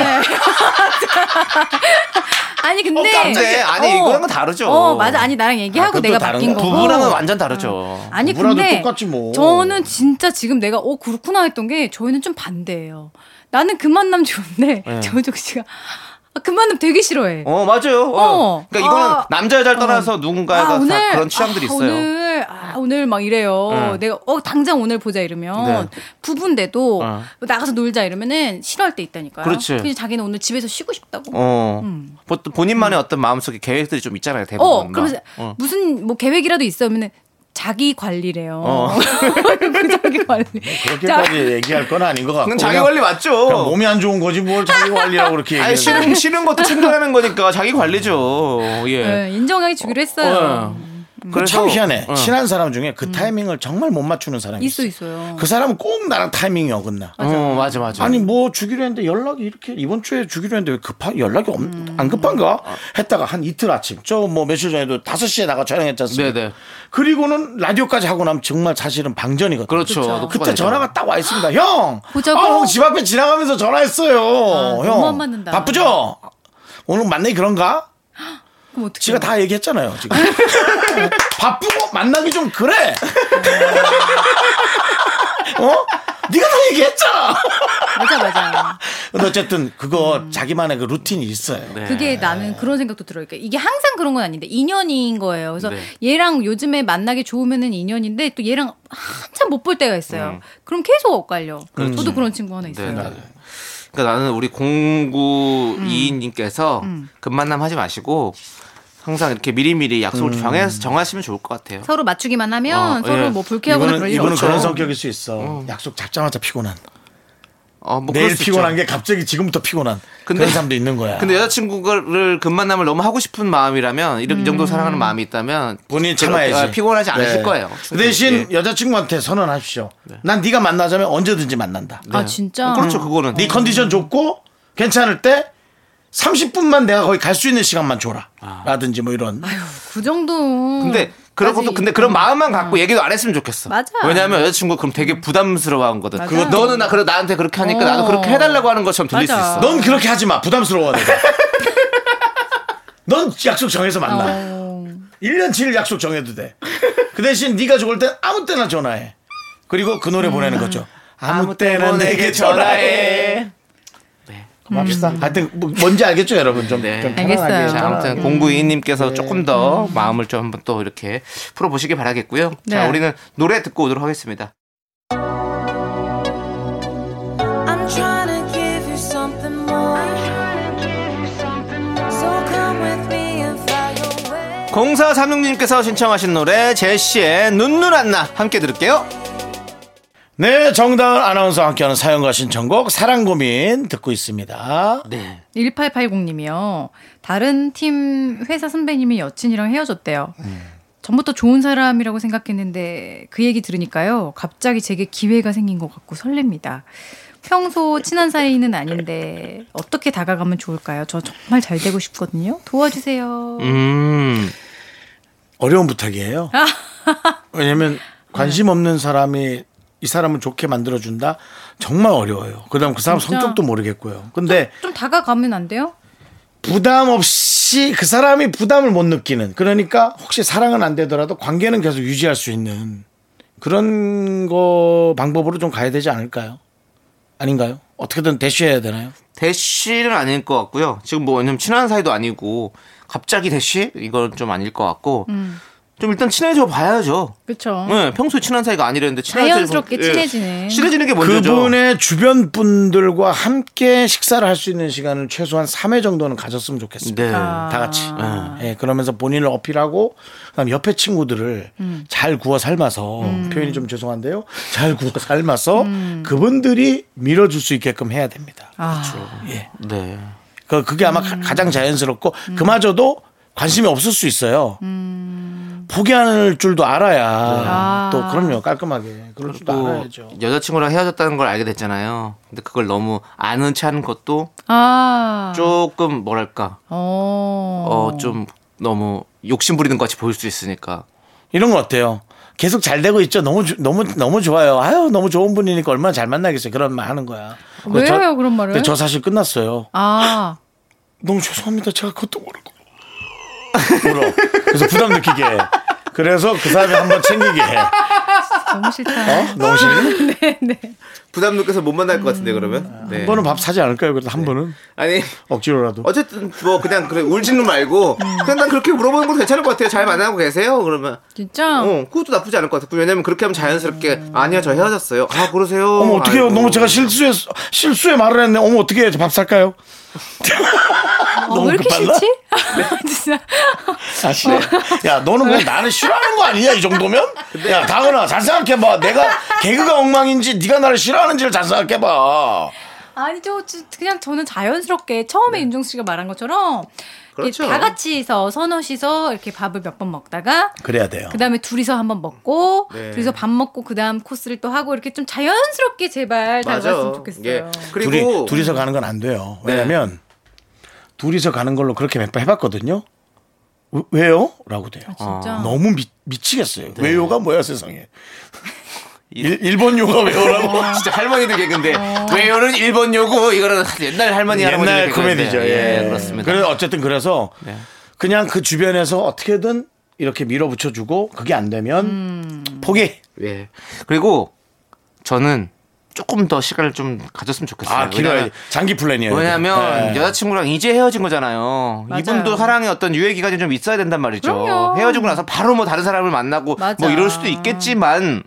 S6: 니 근데.
S2: 어, 깜짝이야. 아니, 이거랑은 다르죠.
S6: 어 맞아. 아니 나랑 얘기하고
S1: 그것도
S6: 내가
S1: 다른
S6: 바뀐
S1: 거.
S6: 거고. 어.
S2: 부부랑은 완전 다르죠.
S6: 아니
S1: 누구라도
S6: 근데
S1: 똑같지 뭐.
S6: 저는 진짜 지금 내가 어 그렇구나 했던 게 저희는 좀 반대예요. 나는 그 만남 좋은데 정우종 씨가 아, 그 만남 되게 싫어해.
S2: 네. 어 맞아요. 어.
S6: 어.
S2: 그러니까 이거는
S6: 아.
S2: 남자 여자를 떠나서
S6: 어.
S2: 누군가가 다 그런 취향들이
S6: 아,
S2: 있어요.
S6: 오늘 아 오늘 막 이래요.
S2: 네.
S6: 내가 어 당장 오늘 보자 이러면 부부인데도
S2: 어.
S6: 나가서 놀자 이러면은 싫어할 때 있다니까요.
S2: 그렇지.
S6: 그냥 자기는 오늘 집에서 쉬고 싶다고.
S2: 어. 보통 본인만의 어떤 마음속에 계획들이 좀 있잖아요. 대부분.
S6: 음. 어,
S2: 다.
S6: 그러면서
S2: 어.
S6: 무슨 뭐 계획이라도 있으면은 자기 관리래요.
S2: 어. 뭐
S6: 그 자기 관리.
S1: 그렇게까지 얘기할 건 아닌 것 같고.
S2: 그건 자기
S1: 그냥-
S2: 관리 맞죠.
S1: 그냥 몸이 안 좋은 거지 뭘 자기 관리라고 그렇게
S2: 아니
S1: 얘기해.
S2: 싫은 싫은 것도 충당하는 거니까 자기 관리죠. 예.
S6: 네, 인정하게 주기로 했어요.
S2: 어. 그래서
S1: 참 희한해.
S2: 어.
S1: 친한 사람 중에 그 타이밍을 정말 못 맞추는 사람이
S6: 있어
S1: 있어.
S6: 있어요.
S1: 그 사람은 꼭 나랑 타이밍이 어긋나.
S2: 어, 맞아 맞아.
S1: 아니 뭐 주기로 했는데 연락이 이렇게 이번 주에 주기로 했는데 왜 급한 연락이 없, 안 급한가 했다가 한 이틀 아침 저 뭐 며칠 전에도 5시에 나가 촬영했지 않습니까
S2: 네네.
S1: 그리고는 라디오까지 하고 나면 정말 사실은 방전이거든요
S2: 그렇죠. 그렇죠.
S1: 그때 전화가 딱 와 있습니다 형!
S6: 보자고? 아,
S1: 아, 형집 앞에 지나가면서 전화했어요 형
S6: 너무 안 맞는다.
S1: 바쁘죠? 오늘 만나기 그런가?
S6: 그럼 어떻게?
S1: 지가 다 얘기했잖아요 지금 바쁘고 만나기 좀 그래 어? 네가 다 얘기했잖아
S6: 맞아 맞아.
S1: 근데 어쨌든 그거 자기만의 그 루틴이 있어요.
S2: 네.
S6: 그게 나는 그런 생각도 들어요. 그러니까 이게 항상 그런 건 아닌데 인연인 거예요. 그래서
S2: 네.
S6: 얘랑 요즘에 만나기 좋으면은 인연인데 또 얘랑 한참 못 볼 때가 있어요. 그럼 계속 엇갈려. 저도 그런 친구 하나 있어요.
S2: 네. 그러니까 나는 우리 0922님께서 급만남 하지 마시고 항상 이렇게 미리미리 약속을
S1: 음.
S2: 정해서 정하시면 좋을 것 같아요.
S6: 서로 맞추기만
S2: 어,
S6: 하면 서로
S2: 예.
S6: 뭐 불쾌하거나
S1: 이분은
S6: 그럴 일
S1: 이분은
S6: 없죠.
S1: 그런 성격일 수 있어. 약속 잡자마자 피곤한.
S2: 어, 뭐 그럴
S1: 내일
S2: 수
S1: 피곤한
S2: 있죠.
S1: 게 갑자기 지금부터 피곤한
S2: 근데-
S1: 그런 사람도 있는 거야.
S2: 근데 여자친구를 급만남을 너무 하고 싶은 마음이라면 이렇게 이 정도 사랑하는 마음이 있다면
S1: 본인이
S2: 제가
S1: 참아야지.
S2: 피곤하지 않으실
S1: 네.
S2: 거예요.
S1: 그 대신 여자친구한테 선언하십시오. 난 네가
S2: 네. 예.
S1: 만나자면 언제든지 만난다.
S2: 어,
S6: 아 진짜.
S2: 그렇죠 그거는
S1: 네 컨디션 좋고 괜찮을 때 30분만 내가 거기 갈 수 있는 시간만 줘라.
S2: 아.
S1: 라든지 뭐 이런.
S6: 그 정도.
S2: 근데 그런 것도 근데 그런 마음만 갖고 얘기도 안 했으면 좋겠어.
S6: 맞아.
S2: 왜냐하면 여자친구 그럼 되게 부담스러워하거든.
S6: 맞아.
S2: 그거 너는 나 그래 나한테 그렇게 하니까 나도
S6: 어.
S2: 그렇게 해달라고 하는 것처럼 들릴
S6: 맞아.
S2: 수 있어.
S1: 넌 그렇게 하지 마. 부담스러워. 내가. 넌 약속 정해서 만나.
S6: 어.
S1: 1년치를 약속 정해도 돼. 그 대신 네가 좋을 땐 아무 때나 전화해. 그리고 그 노래 보내는 거죠. 아무 때나 내게 전화해. 고맙시다. 하여튼 뭐- 뭔지 알겠죠, 여러분? 좀,
S2: 네.
S1: 좀 네.
S6: 알겠어요. 음.
S1: 편안하게
S2: 자,
S1: 전화-
S2: 아무튼 공구이님께서 조금 더 마음을 좀 한번 또 이렇게 풀어보시기 바라겠고요. 자,
S6: 네.
S2: 우리는 노래 듣고 오도록 하겠습니다.
S8: I'm trying to give you something more. So come with me and fly away.
S2: 0436님께서 신청하신 노래 제시의 눈눈 안나 함께 들을게요.
S1: 네, 정다은 아나운서와 함께하는 사연과 신청곡 사랑 고민 듣고 있습니다.
S2: 네.
S6: 1880님이요. 다른 팀 회사 선배님이 여친이랑 헤어졌대요. 전부터 좋은 사람이라고 생각했는데 그 얘기 들으니까요. 갑자기 제게 기회가 생긴 것 같고 설렙니다. 평소 친한 사이는 아닌데 어떻게 다가가면 좋을까요? 저 정말 잘 되고 싶거든요. 도와주세요.
S2: 음.
S1: 어려운 부탁이에요.
S6: 아,
S1: 왜냐면 관심 없는 사람이 이 사람을 좋게 만들어준다? 정말 어려워요. 그 다음 그 사람
S6: 진짜.
S1: 성격도 모르겠고요. 근데
S6: 좀 다가가면 안 돼요?
S1: 부담 없이 그 사람이 부담을 못 느끼는 그러니까 혹시 사랑은 안 되더라도 관계는 계속 유지할 수 있는 그런 거 방법으로 좀 가야 되지 않을까요? 아닌가요? 어떻게든 대쉬해야 되나요?
S2: 대쉬는 아닐 것 같고요. 지금 뭐 왜냐면 친한 사이도 아니고 갑자기 대쉬 이건 좀 아닐 것 같고
S6: 음.
S2: 좀 일단 친해져 봐야죠.
S6: 그렇죠.
S2: 네, 평소에 친한 사이가 아니랬는데 친해져
S6: 자연스럽게 친해지는.
S2: 친해지는 게 먼저죠.
S1: 그분의 주변 분들과 함께 식사를 할 수 있는 시간을 최소한 3회 정도는 가졌으면 좋겠습니다.
S2: 네.
S1: 다 같이. 예, 그러면서 본인을 어필하고 그다음 옆에 친구들을 잘 구워 삶아서 표현이 좀 죄송한데요. 잘 구워 삶아서 그분들이 밀어줄 수 있게끔 해야 됩니다.
S6: 아.
S2: 네.
S1: 그 그게 아마 가- 가장 자연스럽고 그마저도 관심이 없을 수 있어요. 포기할 줄도 알아야 또 그럼요 깔끔하게 그럴 줄도
S2: 또
S1: 알아야죠.
S2: 여자친구랑 헤어졌다는 걸 알게 됐잖아요. 근데 그걸 너무 아는 체하는 것도
S6: 아.
S2: 조금 뭐랄까
S6: 어.
S2: 어 좀 너무 욕심 부리는 것 같이 보일 수 있으니까
S1: 이런 거 어때요? 계속 잘 되고 있죠. 너무 주- 너무 너무 좋아요. 아유 너무 좋은 분이니까 얼마나 잘 만나겠어요. 그런 말 하는 거야. 근데
S6: 왜
S1: 저-
S6: 해요, 그런 말을?
S1: 근데 저 사실 끝났어요.
S6: 아.
S1: 너무 죄송합니다. 제가 그것도 모르고. 울어. 그래서 부담 느끼게 해. 그래서 그 사람이 한번 챙기게 해.
S6: 너무 싫다.
S1: 어? 너무 싫네.
S2: 부담 느껴서 못 만날 것 같은데
S6: 음.
S2: 그러면 네.
S1: 한 번은 밥 사지 않을까요? 그래도 한 번은
S2: 아니
S1: 억지로라도.
S2: 네. 어쨌든 뭐 그냥 그래 울지는 말고 그냥 난 그렇게 물어보는 것도 괜찮을 것 같아요. 잘 만나고 계세요? 그러면
S6: 진짜?
S2: 어 그것도 나쁘지 않을 것 같아요. 왜냐면 그렇게 하면 자연스럽게 아니야 저 헤어졌어요. 아 그러세요?
S1: 어머 어떡해요
S2: 아이고.
S1: 너무 제가 실수에 실수에 말을 했네 어머 어떻게 밥 살까요?
S6: 아, 왜 이렇게
S1: 급한가?
S6: 싫지? 아, 진짜.
S1: 사실 야 너는 그냥 나를 싫어하는 거 아니냐 이 정도면? 야 다은아 잘 생각해봐 내가 개그가 엉망인지 네가 나를 싫어하는지를 잘 생각해봐
S6: 아니 저 저- 그냥 저는 자연스럽게 처음에 윤종 씨가 말한 것처럼
S2: 네. 그렇죠.
S6: 이렇게 다 같이서 서너시서 이렇게 밥을 몇 번 먹다가
S1: 그래야 돼요
S6: 그다음에 둘이서 한번 먹고
S2: 네.
S6: 둘이서 밥 먹고 그다음 코스를 또 하고 이렇게 좀 자연스럽게 제발 다가왔으면 좋겠어요.
S2: 예.
S1: 둘이,
S2: 그리고
S1: 둘이서 가는 건 안 돼요 왜냐면 둘이서 가는 걸로 그렇게 몇 번 해봤거든요 왜- 왜요? 라고 돼요
S6: 아, 진짜.
S1: 아, 너무 미, 미치겠어요 왜요가 뭐야 세상에 일, 일본 요가 왜요라고
S2: 어, 진짜 할머니들 개그인데
S6: 어.
S2: 왜요는 일본 요구 이거는 예, 옛날 할머니
S1: 옛날
S2: 할머니들 개그인데.
S1: 코미디죠.
S2: 예,
S1: 예,
S2: 그렇습니다.
S1: 그래서 어쨌든 그래서
S2: 네.
S1: 그냥 그 주변에서 어떻게든 이렇게 밀어붙여주고 그게 안 되면
S2: 음.
S1: 포기.
S2: 예. 그리고 저는 조금 더 시간을 좀 가졌으면 좋겠어요.
S1: 아 길어야
S2: 왜냐면-
S1: 돼. 장기 플랜이에요.
S2: 왜냐면
S1: 네.
S2: 여자친구랑 이제 헤어진 거잖아요.
S6: 맞아요.
S2: 이분도 사랑의 어떤 유예 기간이 좀 있어야 된단 말이죠.
S6: 그럼요.
S2: 헤어지고 나서 바로 뭐 다른 사람을 만나고
S6: 맞아.
S2: 뭐 이럴 수도 있겠지만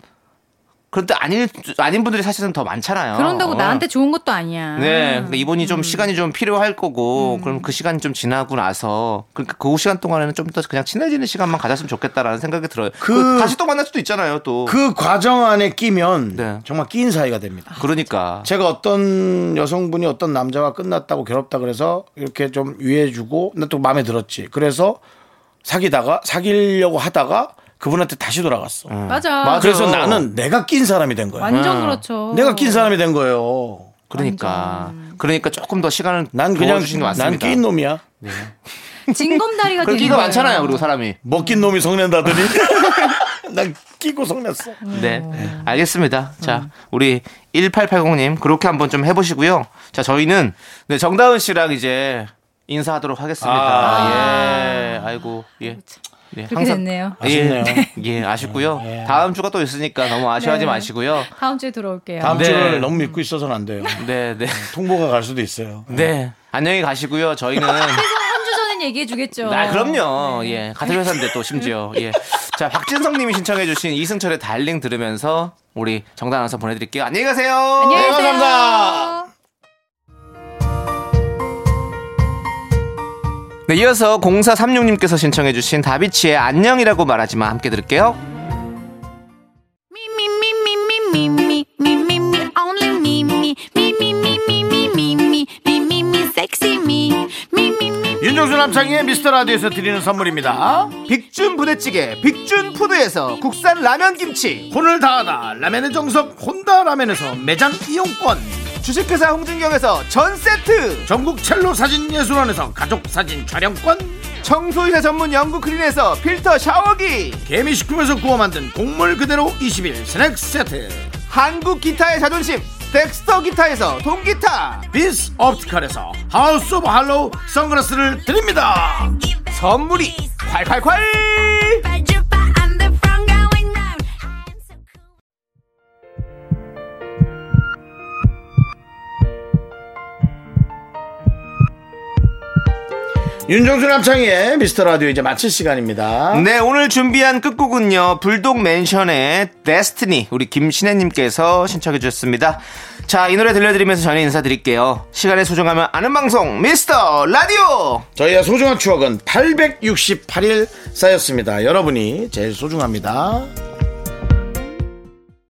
S2: 그런데 아닌 아닌 분들이 사실은 더 많잖아요. 어.
S6: 그런다고 나한테 음. 좋은 것도 아니야.
S2: 네, 근데 이분이 좀 시간이 좀 필요할 거고,
S6: 음.
S2: 그럼 그 시간이 좀 지나고 나서, 그러니까 그 시간 동안에는 좀 더 그냥 친해지는 시간만 가졌으면 좋겠다라는 생각이 들어요. 그 다시 또 만날 수도 있잖아요, 또. 그,
S1: 그 과정 안에 끼면
S2: 네.
S1: 정말 끼인 사이가 됩니다.
S2: 러니까
S1: 제가 어떤 여성분이 어떤 남자와 끝났다고 괴롭다 그래서 이렇게 좀 유해해주고 나 또 마음에 들었지. 그래서 사귀다가 사귀려고 하다가 그분한테 다시 돌아갔어.
S6: 맞아.
S2: 맞아.
S1: 그래서
S2: 음. 맞아요.
S1: 나는 내가 낀 사람이 된 거야.
S6: 완전 그렇죠.
S1: 내가 낀 사람이 된 거예요.
S2: 그러니까 그러니까 조금 더 시간을
S1: 난 그냥
S2: 주신 게 맞습니다.
S1: 난낀 놈이야.
S6: 징검다리가
S2: 그리고
S6: 되는
S2: 끼가
S6: 거예요.
S2: 많잖아요. 그리고 사람이.
S1: 먹긴 놈이 성낸다더니 난 끼고 성냈어.
S2: 네. 알겠습니다. 자, 우리 1880님 그렇게 한번 좀 해보시고요. 자, 저희는 네, 정다은 씨랑 이제 인사하도록 하겠습니다. 예. 아이고, 예. 예,
S6: 아. 그렇게 됐네요.
S1: 아쉽네요.
S2: 예, 예, 아쉽고요.
S1: 예.
S2: 다음 주가 또 있으니까 너무 아쉬워하지
S6: 네.
S2: 마시고요.
S6: 다음 주에 돌아올게요.
S1: 다음
S2: 네.
S1: 주를 너무 믿고 있어서는 안 돼요.
S2: 네, 네.
S1: 통보가 갈 수도 있어요.
S2: 네. 안녕히 가시고요. 저희는
S6: 한 주 전엔 얘기해 주겠죠.
S2: 아, 그럼요. 예. 같은 회사인데 또 심지어. 예. 자, 박진성 님이 신청해 주신 이승철의 달링 들으면서 우리 정단 아나운서 보내 드릴게요. 안녕히 가세요.
S6: 안녕히
S2: 네,
S6: 계세요.
S2: 감사합니다. 네, 이어서 0436님께서 신청해 주신 다비치의 안녕이라고 말하지 마 함께 들을게요.
S1: 윤정수 남창희의 미스터 라디오에서 드리는 선물입니다.
S2: 빅준 부대찌개 빅준 푸드에서 국산 라면 김치
S1: 혼을 다하다 라멘의 정석 혼다 라멘에서 매장 이용권
S2: 주식회사 홍진경에서 전 세트
S1: 전국 첼로 사진 예술원에서 가족 사진 촬영권
S2: 청소이사 전문 영국 크린에서 필터 샤워기
S1: 개미식품에서 구워 만든 곡물 그대로 20일 스낵 세트
S2: 한국 기타의 자존심 덱스터 기타에서 동기타
S1: 빈스 옵티컬에서 하우스 오브 할로우 선글라스를 드립니다.
S2: 선물이 콸콸콸
S1: 윤정수 남창희의 미스터 라디오 이제 마칠 시간입니다.
S2: 네 오늘 준비한 끝곡은요 불독 맨션의 데스티니 우리 김신혜님께서 신청해 주셨습니다 자 이 노래 들려드리면서 저희는 인사드릴게요 시간의 소중함을 아는 방송 미스터 라디오
S1: 저희의 소중한 추억은 868일 쌓였습니다. 여러분이 제일 소중합니다.